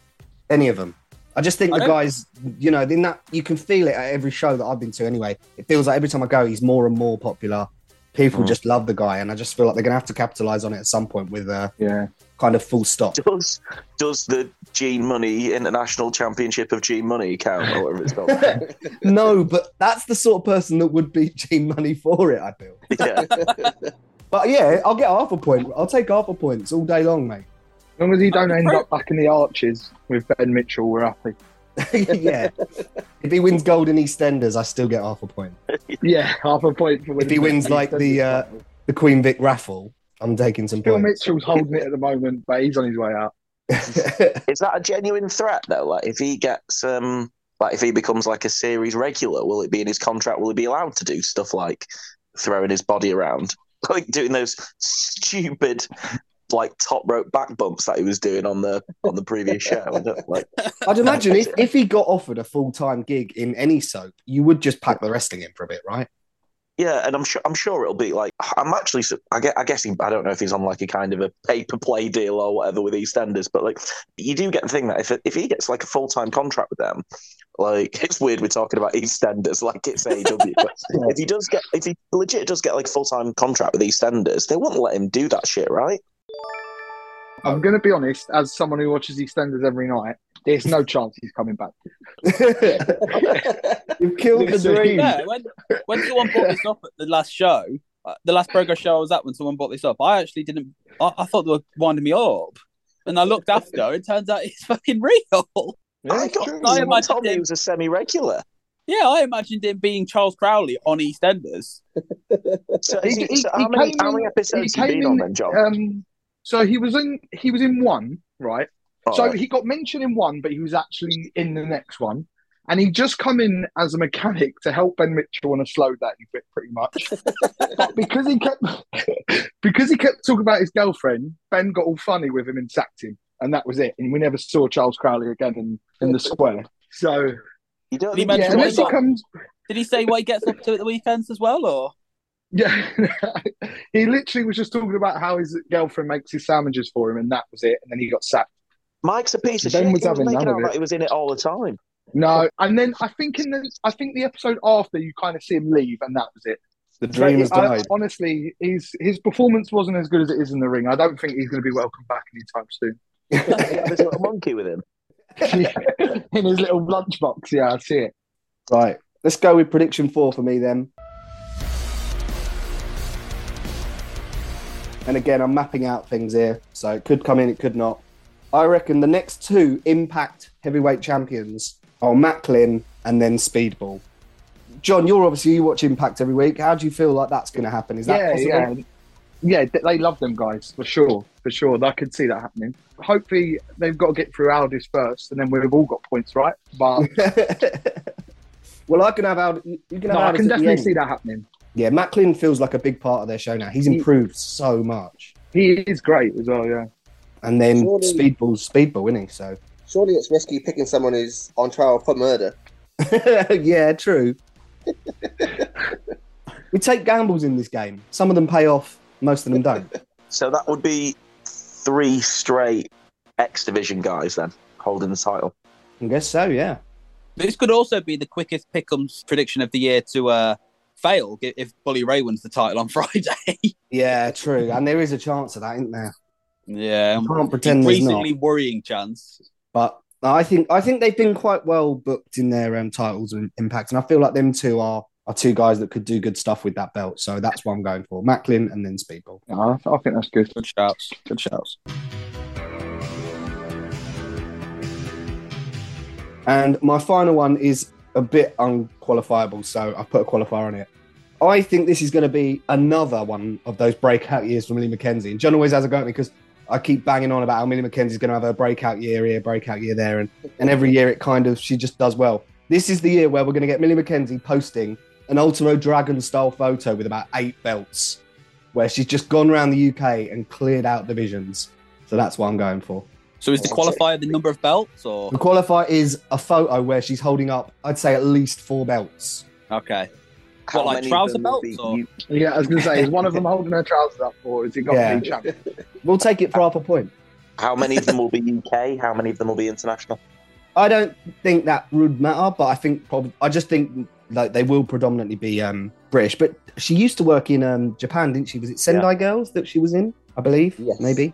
Speaker 4: Any of them. I just think
Speaker 3: I
Speaker 4: the
Speaker 3: don't-
Speaker 4: guys, you know, in that you can feel it at every show that I've been to anyway. It feels like every time I go, he's more and more popular. People
Speaker 5: Mhm.
Speaker 4: just love the guy, and I just feel like they're going to have to capitalize on it at some point with a
Speaker 7: Yeah.
Speaker 4: kind of full stop.
Speaker 5: does does the G Money International Championship of G Money count or whatever it's called?
Speaker 4: no, but that's the sort of person that would be Team Money for it, I feel.
Speaker 5: yeah.
Speaker 4: But yeah, I'll get half a point. I'll take half a points all day long, mate.
Speaker 7: As long as you don't end
Speaker 3: pro-
Speaker 7: up back in the arches with Ben Mitchell, we're happy.
Speaker 4: yeah. If he wins gold in EastEnders, I still get half a point.
Speaker 7: Yeah, half a point for winning.
Speaker 4: he wins,
Speaker 7: the
Speaker 4: like, the, uh,
Speaker 7: Extended title.
Speaker 4: The Queen Vic raffle, I'm taking some
Speaker 7: Bill
Speaker 4: points.
Speaker 7: Mitchell's holding it at the moment, but he's on his way out.
Speaker 5: Is that a genuine threat though? Like if he gets um like if he becomes like a series regular, will it be in his contract? Will he be allowed to do stuff like throwing his body around? Like doing those stupid like top rope back bumps that he was doing on the on the previous show. I don't- like
Speaker 4: I'd imagine if, if he got offered a full time gig in any soap, you would just pack the wrestling in for a bit, right?
Speaker 5: Yeah, and I'm sure I'm sure it'll be like I'm actually su- I get I guess he, I don't know if he's on like a kind of a pay per play deal or whatever with EastEnders, but like you do get the thing that if if he gets like a full time contract with them, like it's weird we're talking about EastEnders like it's AEW, but if he does get if he legit does get like a full time contract with EastEnders, they won't let him do that shit, right?
Speaker 7: I'm going to be honest, as someone who watches EastEnders every night, there's no chance he's coming back.
Speaker 4: You've killed
Speaker 7: the dream.
Speaker 3: Yeah, when, when someone brought this up at the last show, uh, the last progress show I was at when someone brought this up, I actually didn't. I, I thought they were winding me up, and I looked after. It turns out it's fucking real.
Speaker 5: I
Speaker 3: I
Speaker 5: got someone
Speaker 3: imagined
Speaker 5: told me he
Speaker 3: him,
Speaker 5: was a semi-regular.
Speaker 3: yeah, I imagined him being Charles Crowley on EastEnders.
Speaker 5: So, is he- so how, many,
Speaker 7: came
Speaker 5: how
Speaker 7: in-
Speaker 5: many episodes
Speaker 7: he
Speaker 5: have you
Speaker 7: came
Speaker 5: been on
Speaker 7: in,
Speaker 5: then, John?
Speaker 7: Um, so he was in he was in one, right?
Speaker 5: All
Speaker 7: uh, so
Speaker 5: right.
Speaker 7: he got mentioned in one, but he was actually in the next one. And he just come in as a mechanic to help Ben Mitchell on a slow day, bit pretty much. but because he kept because he kept talking about his girlfriend, Ben got all funny with him and sacked him, and that was it. And we never saw Charles Crowley again in, in the square. So
Speaker 5: you don't
Speaker 3: Did he, mention
Speaker 5: think
Speaker 3: what
Speaker 7: yeah,
Speaker 3: he
Speaker 7: unless he
Speaker 3: got-
Speaker 7: comes,
Speaker 3: did he say what he gets up to at the weekends as well, or?
Speaker 7: yeah, he literally was just talking about how his girlfriend makes his sandwiches for him, and that was it. And then he got sacked.
Speaker 5: Mike's a piece of
Speaker 7: Ben
Speaker 5: shit.
Speaker 7: was
Speaker 5: he was
Speaker 7: having
Speaker 5: making
Speaker 7: none of
Speaker 5: out
Speaker 7: it.
Speaker 5: like he was in it all the time.
Speaker 7: No, and then I think in the I think the episode after you kind of see him leave, and that was it.
Speaker 4: The dream has
Speaker 7: But I-
Speaker 4: died.
Speaker 7: honestly, his his performance wasn't as good as it is in the ring. I don't think he's going to be welcome back anytime soon.
Speaker 5: Yeah, There's a little monkey with him.
Speaker 7: in his little lunchbox, yeah, I see it.
Speaker 4: Right. Let's go with prediction four for me then. And again, I'm mapping out things here. So it could come in, it could not. I reckon the next two impact heavyweight champions are Macklin and then Speedball. John, you're obviously you watch Impact every week. How do you feel like that's going to happen? Is that
Speaker 7: yeah,
Speaker 4: possible?
Speaker 7: yeah, yeah. th- They love them guys for sure, for sure. I could see that happening. Hopefully, they've got to get through Aldis first, and then we've all got points, right? But
Speaker 4: well, I can have Ald- you can have
Speaker 7: no, I
Speaker 4: Aldis
Speaker 7: can
Speaker 4: at the
Speaker 7: definitely
Speaker 4: end.
Speaker 7: see that happening.
Speaker 4: Yeah, Macklin feels like a big part of their show now. He's
Speaker 7: He-
Speaker 4: improved so much.
Speaker 7: He is great as well. Yeah,
Speaker 4: And then
Speaker 10: Surely-
Speaker 4: Speedball's Speedball, isn't he? So
Speaker 10: Surely it's risky picking someone who's on trial for murder.
Speaker 4: yeah, true. we take gambles in this game. Some of them pay off, most of them don't.
Speaker 5: So that would be three straight X Division guys then holding the title.
Speaker 4: I guess so, yeah.
Speaker 3: This could also be the quickest pickums prediction of the year to uh, fail i- if Bully Ray wins the title on Friday.
Speaker 4: Yeah, true. And there is a chance of that, isn't there?
Speaker 3: yeah,
Speaker 4: I
Speaker 3: um,
Speaker 4: can't pretend there's not.
Speaker 3: increasingly worrying chance.
Speaker 4: But I think I think they've been quite well booked in their um, titles and impact, and I feel like them two are are two guys that could do good stuff with that belt. So that's what I'm going for: Macklin and then Speedball.
Speaker 7: No, I I think that's good.
Speaker 3: Good shouts. Good shouts.
Speaker 4: And my final one is a bit unqualifiable, so I've put a qualifier on it. I think this is going to be another one of those breakout years for Millie McKenzie. And John always has a go at me because I keep banging on about how Millie McKenzie's going to have her breakout year here, breakout year there, and, and every year it kind of she just does well. This is the year where we're going to get Millie McKenzie posting an Ultimo Dragon style photo with about eight belts, where she's just gone around the UK and cleared out divisions. So that's what I'm going for.
Speaker 3: So is the qualifier the number of belts or
Speaker 4: The qualifier is a photo where she's holding up, I'd say, at least four belts.
Speaker 3: okay?
Speaker 5: How
Speaker 3: like
Speaker 5: many of
Speaker 3: trouser
Speaker 5: them will
Speaker 3: belts
Speaker 5: be
Speaker 3: or-
Speaker 5: you-
Speaker 7: Yeah, I was going to say, is one of them holding her trousers up, or has it got
Speaker 4: Yeah.
Speaker 7: to be champ?
Speaker 4: We'll take it for half a point.
Speaker 5: How many of them will be UK? How many of them will be international?
Speaker 4: I don't think that would matter, but I think probably, I just think like they will predominantly be um, British. But she used to work in um, Japan, didn't she? Was it Sendai Girls that she was in? I believe,
Speaker 10: Yes.
Speaker 4: maybe.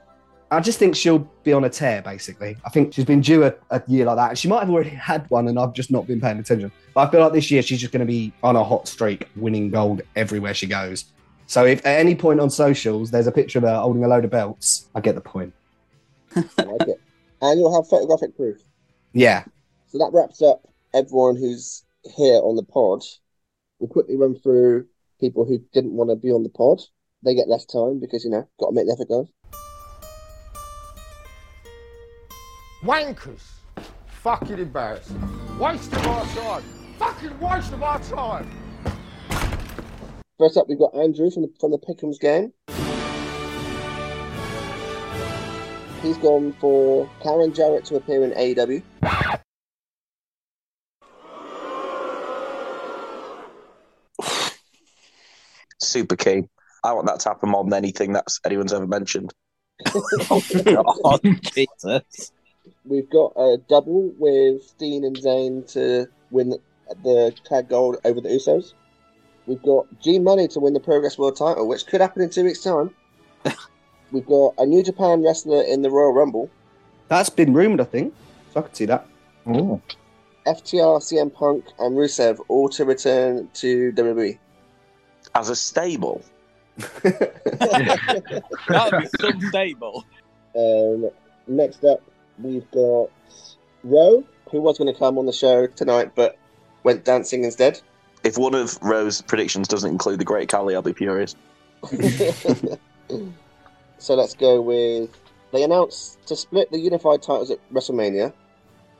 Speaker 4: I just think she'll be on a tear, basically. I think she's been due a, a year like that. and She might have already had one, and I've just not been paying attention. But I feel like this year she's just going to be on a hot streak, winning gold everywhere she goes. So if at any point on socials there's a picture of her holding a load of belts, I get the point.
Speaker 10: I like it. And you'll have photographic proof.
Speaker 4: Yeah,
Speaker 10: So that wraps up everyone who's here on the pod. We'll quickly run through people who didn't want to be on the pod. They get less time because, you know, got to make the effort, guys.
Speaker 12: Wankers. Fucking embarrassing. Waste of our time. Fucking waste of our time.
Speaker 10: First up, we've got Andrew from the, from the Pickham's game. He's gone for Karen Jarrett to appear in E AEW.
Speaker 5: Super keen. I want that to happen more than anything that's anyone's ever mentioned.
Speaker 3: oh, Jesus.
Speaker 10: We've got a double with Dean and Zane to win the tag gold over the Usos. We've got G Money to win the Progress World title, which could happen in two weeks' time.
Speaker 2: We've got a New Japan wrestler in the Royal Rumble.
Speaker 4: That's been rumored, I think. So I could see that.
Speaker 2: FTR, CM Punk, and Rusev all to return to WWE.
Speaker 5: As a stable?
Speaker 10: E.
Speaker 3: That would be some stable.
Speaker 2: Um, next up, we've got Rowe, who was going to come on the show tonight but went dancing instead.
Speaker 5: If one of Rose's predictions doesn't include the Great Kali, I'll be furious.
Speaker 2: So let's go with they announced to split the unified titles at WrestleMania,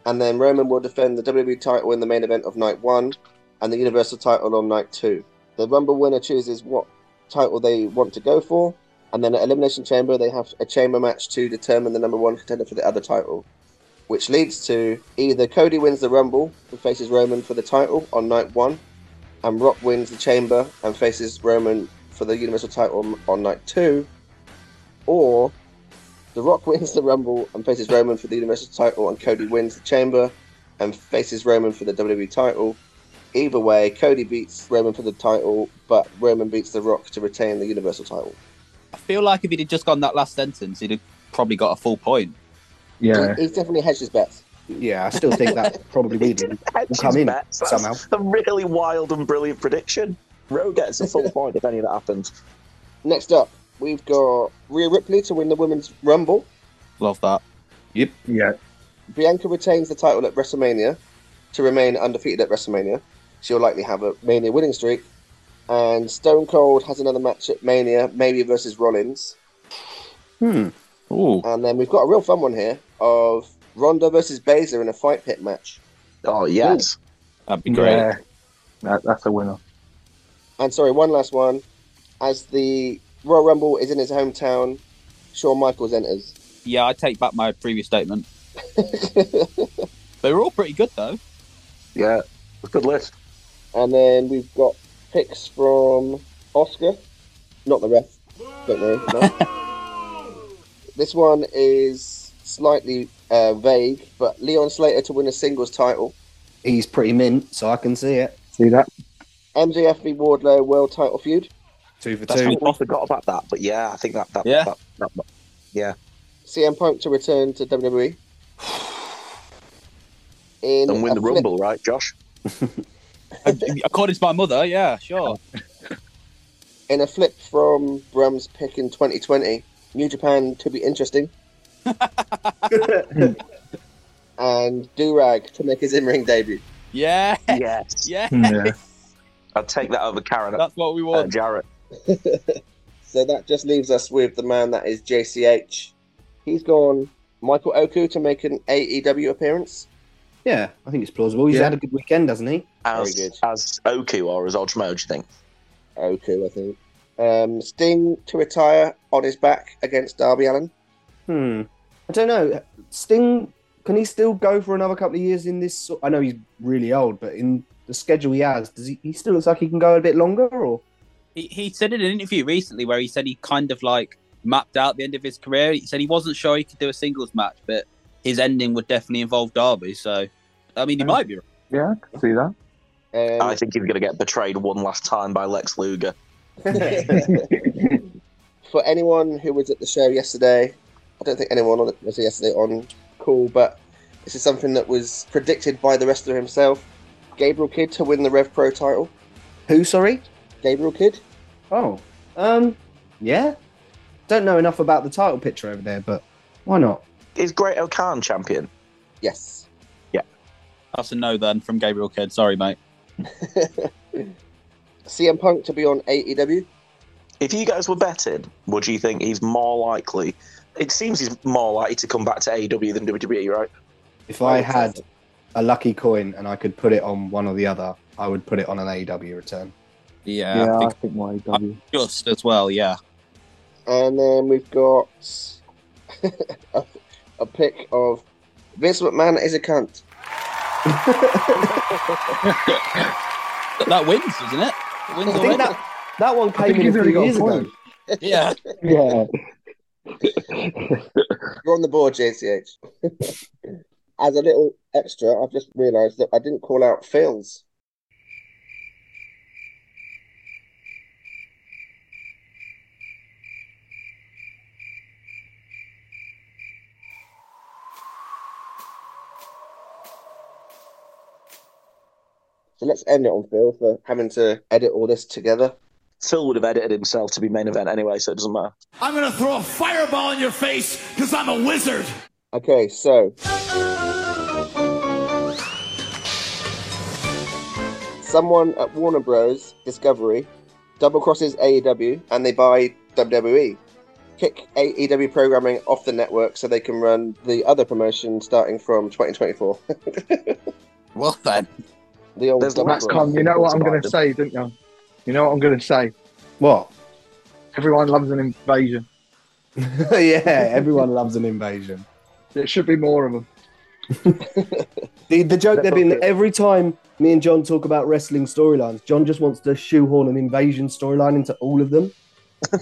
Speaker 2: and then Roman will defend the WWE title in the main event of night one, and the Universal title on night two. The Rumble winner chooses what title they want to go for, and then at Elimination Chamber they have a chamber match to determine the number one contender for the other title, which leads to either Cody wins the Rumble and faces Roman for the title on night one, and Rock wins the chamber and faces Roman for the Universal title on- on night two, or The Rock wins the Rumble and faces Roman for the Universal title, and Cody wins the Chamber and faces Roman for the WWE title. Either way, Cody beats Roman for the title, but Roman beats The Rock to retain the Universal title.
Speaker 3: I feel like if he'd have just gone that last sentence, he'd have probably got a full point.
Speaker 2: He- he's definitely hedged his bets.
Speaker 4: Yeah, I still think that probably will come in
Speaker 5: That's- that's
Speaker 4: somehow.
Speaker 5: A really wild and brilliant prediction. Roe gets a full point if any of that happens.
Speaker 2: Next up, we've got Rhea Ripley to win the Women's Rumble.
Speaker 3: Love that.
Speaker 4: Yep.
Speaker 7: Yeah.
Speaker 2: Bianca retains the title at WrestleMania to remain undefeated at WrestleMania. She'll likely have a Mania winning streak. And Stone Cold has another match at Mania, maybe versus Rollins.
Speaker 4: Hmm. Ooh.
Speaker 2: And then we've got a real fun one here of Ronda versus Baszler in a fight pit match.
Speaker 5: Oh yes,
Speaker 3: that'd
Speaker 7: be great. Yeah. That, that's a winner.
Speaker 2: And sorry, one last one. As the Royal Rumble is in his hometown, Shawn Michaels enters.
Speaker 3: Yeah, I take back my previous statement. they were all pretty good though.
Speaker 5: Yeah, good list.
Speaker 2: And then we've got picks from Oscar, not the ref. Don't worry. No. this one is slightly uh, vague, but Leon Slater to win a singles title.
Speaker 4: He's pretty mint, so I can see it.
Speaker 7: See that?
Speaker 2: MJF v Wardlow world title feud.
Speaker 4: Two for
Speaker 5: That's
Speaker 4: two.
Speaker 5: I forgot about that, but yeah, I think that that
Speaker 4: Yeah.
Speaker 5: that, that, yeah.
Speaker 2: CM Punk to return to WWE. In
Speaker 5: And win
Speaker 2: a
Speaker 5: the
Speaker 2: flip-
Speaker 5: rumble, right, Josh?
Speaker 3: According to my mother, yeah, sure.
Speaker 2: In a flip from Brum's pick in 2020, New Japan to be interesting. and Durag to make his in ring debut.
Speaker 3: Yeah.
Speaker 5: Yes.
Speaker 3: Yeah.
Speaker 7: Hmm.
Speaker 5: I'd take that over Karen.
Speaker 3: That's what we
Speaker 5: want. Jarrett.
Speaker 2: So that just leaves us with the man that is JCH. He's gone Michael Oku to make an AEW appearance.
Speaker 4: Yeah, I think it's plausible. He's
Speaker 2: Yeah.
Speaker 4: had a good weekend, hasn't he?
Speaker 5: As, as Oku or as Ojmo, do you think?
Speaker 2: Oku, I think. Um, Sting to retire on his back against Darby Allen.
Speaker 4: Hmm. I don't know. Sting, can he still go for another couple of years in this? sor- I know he's really old, but in the schedule he has, does he, he still looks like he can go a bit longer? Or
Speaker 3: He, he said in an interview recently where he said he kind of like mapped out the end of his career. He said he wasn't sure he could do a singles match, but his ending would definitely involve Derby. So, I mean, he might be. right.
Speaker 7: Yeah, I can see that.
Speaker 2: Um,
Speaker 5: I think he's going to get betrayed one last time by Lex Luger.
Speaker 2: For anyone who was at the show yesterday, I don't think anyone on it was yesterday on call, but this is something that was predicted by the wrestler himself. Gabriel Kidd to win the Rev Pro title.
Speaker 4: Who, sorry?
Speaker 2: Gabriel Kidd.
Speaker 4: oh, um, yeah. Don't know enough about the title picture over there, but why not?
Speaker 5: Is Great O'Khan champion?
Speaker 2: Yes.
Speaker 3: That's a no then from Gabriel Kidd. Sorry, mate.
Speaker 2: CM Punk to be on E AEW.
Speaker 5: If you guys were betting, would you think he's more likely? It seems he's more likely to come back to AEW than WWE, right?
Speaker 4: If I had a lucky coin and I could put it on one or the other, I would put it on an AEW return.
Speaker 3: Yeah. I think E
Speaker 7: think my AEW.
Speaker 3: just as well, yeah.
Speaker 2: And then we've got a, a pic of Vince McMahon is a cunt.
Speaker 3: That- That wins, isn't it? It wins
Speaker 4: I
Speaker 3: already.
Speaker 4: think that that one
Speaker 7: I
Speaker 4: came in
Speaker 7: think he's
Speaker 4: a
Speaker 7: already
Speaker 4: few
Speaker 7: got a
Speaker 4: years ago.
Speaker 7: point.
Speaker 3: Yeah.
Speaker 7: Yeah.
Speaker 2: You're on the board, JCH. As a little extra, I've just realised that I didn't call out Phil's. So let's end it on Phil for having to edit all this together.
Speaker 5: Phil would have edited himself to be main event anyway, so it doesn't matter.
Speaker 6: I'm gonna throw a fireball in your face because I'm a wizard.
Speaker 2: Okay, so. Someone at Warner Bros. Discovery double crosses AEW and they buy WWE. Kick AEW programming off the network so they can run the other promotion starting from 2024.
Speaker 5: well, then.
Speaker 2: The old
Speaker 7: There's Con, you know what I'm going to say, didn't you? You know what I'm going to say?
Speaker 4: What?
Speaker 7: Everyone loves an invasion.
Speaker 4: yeah, everyone loves an invasion.
Speaker 7: There should be more of them.
Speaker 4: The, the joke they've been every time me and John talk about wrestling storylines, John just wants to shoehorn an invasion storyline into all of them.
Speaker 7: I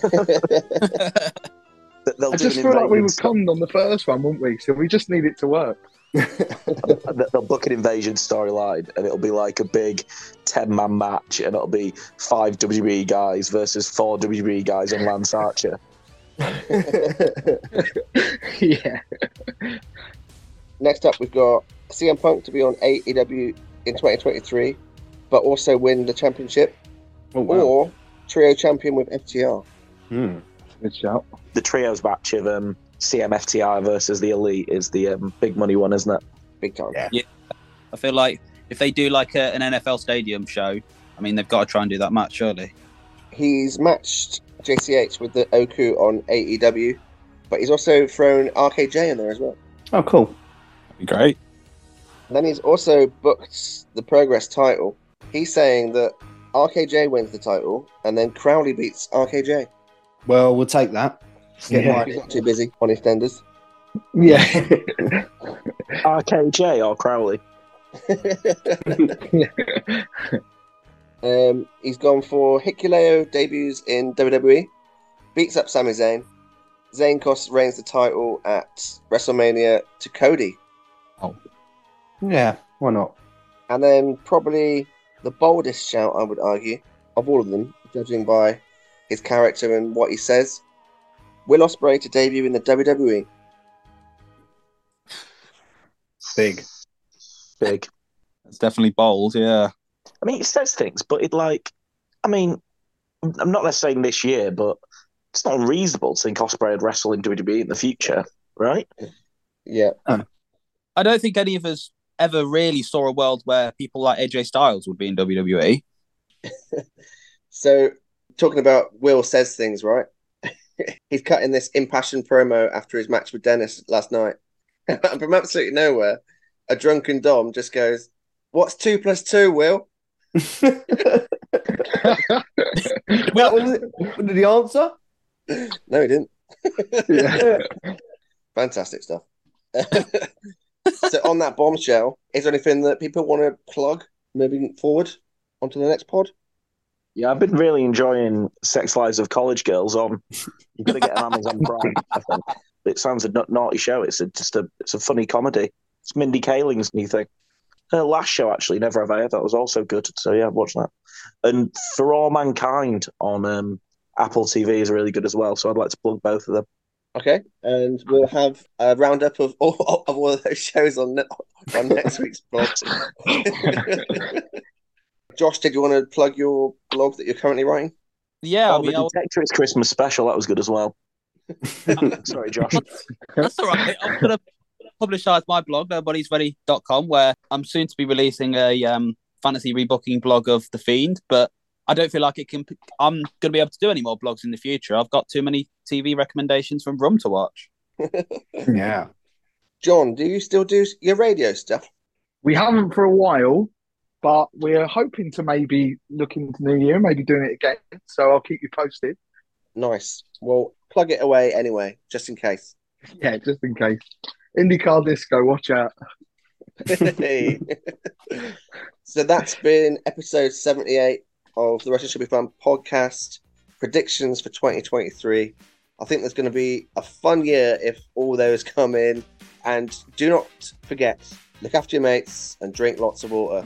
Speaker 7: just feel like we were conned on the first one, weren't we? So we just need it to work.
Speaker 5: Th- They'll book an invasion storyline, and it'll be like a big ten-man match, and it'll be five WWE guys versus four WWE guys and Lance Archer.
Speaker 7: yeah.
Speaker 2: Next up, we've got CM Punk to be on AEW in 2023, but also win the championship,
Speaker 4: Oh,
Speaker 7: Oh.
Speaker 2: or trio champion with FTR.
Speaker 4: Hmm.
Speaker 7: Good shout.
Speaker 5: The trios match of um, CMFTR versus the Elite is the um, big money one, isn't it?
Speaker 2: Big time.
Speaker 3: Yeah, I feel like if they do like a, an NFL stadium show, I mean they've got to try and do that match surely.
Speaker 2: He's matched JCH with the Oku on AEW, but he's also thrown RKJ in there as well.
Speaker 4: Oh, cool.
Speaker 13: Great.
Speaker 2: Then he's also booked the Progress title. He's saying that RKJ wins the title, and then Crowley beats RKJ.
Speaker 4: Well, we'll take that. Get
Speaker 2: Yeah,
Speaker 4: mine.
Speaker 2: He's not too busy on his tenders.
Speaker 4: Yeah.
Speaker 5: RKJ or Crowley?
Speaker 2: Um, he's gone for Hikuleo debuts in WWE, beats up Sami Zayn. Zayn costs Reigns the title at WrestleMania to Cody.
Speaker 4: yeah, why not?
Speaker 2: And then probably the boldest shout, I would argue, of all of them, judging by his character and what he says, Will Ospreay to debut in the E. WWE.
Speaker 4: Big.
Speaker 5: Big.
Speaker 13: It's definitely bold, yeah.
Speaker 5: I mean, it says things, but it like, I mean, I'm not necessarily saying this year, but it's not unreasonable to think Osprey would wrestle in WWE in the future, right?
Speaker 2: Yeah.
Speaker 3: I don't think any of us ever really saw a world where people like AJ Styles would be in E. WWE.
Speaker 2: So, talking about Will says things, right? He's cutting this impassioned promo after his match with Dennis last night. And from absolutely nowhere, a drunken Dom just goes, What's two plus two, Will?
Speaker 4: That was it. the answer?
Speaker 2: No, he didn't.
Speaker 4: Yeah.
Speaker 2: Fantastic stuff. so, on that bombshell, is there anything that people want to plug moving forward onto the next pod?
Speaker 5: Yeah, I've been really enjoying Sex Lives of College Girls on. You've got to get an Amazon Prime. I think. It sounds a na- naughty show. It's a, just a it's a funny comedy. It's Mindy Kaling's new thing. Her last show actually, Never Have I Ever, was also good. So yeah, watch that. And For All Mankind on um, Apple TV is really good as well. So I'd like to plug both of them.
Speaker 2: Okay, and we'll have a roundup of all of all of those shows on ne- on next week's blog. Josh, did you want to plug your blog that you're currently writing?
Speaker 3: Yeah,
Speaker 5: oh, the Detector is Christmas special. That was good as well. Sorry, Josh.
Speaker 3: That's all right. I'm gonna publicise my blog, nobodiesready.com, where I'm soon to be releasing a um, fantasy rebooking blog of The Fiend, but I don't feel like it can. I'm gonna be able to do any more blogs in the future. I've got too many TV recommendations from Rum to watch.
Speaker 4: yeah.
Speaker 2: John, do you still do your radio stuff?
Speaker 7: We haven't for a while, but we're hoping to maybe look into New Year, maybe doing it again. So I'll keep you posted.
Speaker 2: Nice. Well, plug it away anyway, just in case.
Speaker 7: Yeah, just in case. IndyCar Disco, watch out.
Speaker 2: Hey. so that's been episode 78 of the Wrestling Should Be Fun podcast. Predictions for 2023. I think there's going to be a fun year if all those come in. And do not forget, look after your mates and drink lots of water.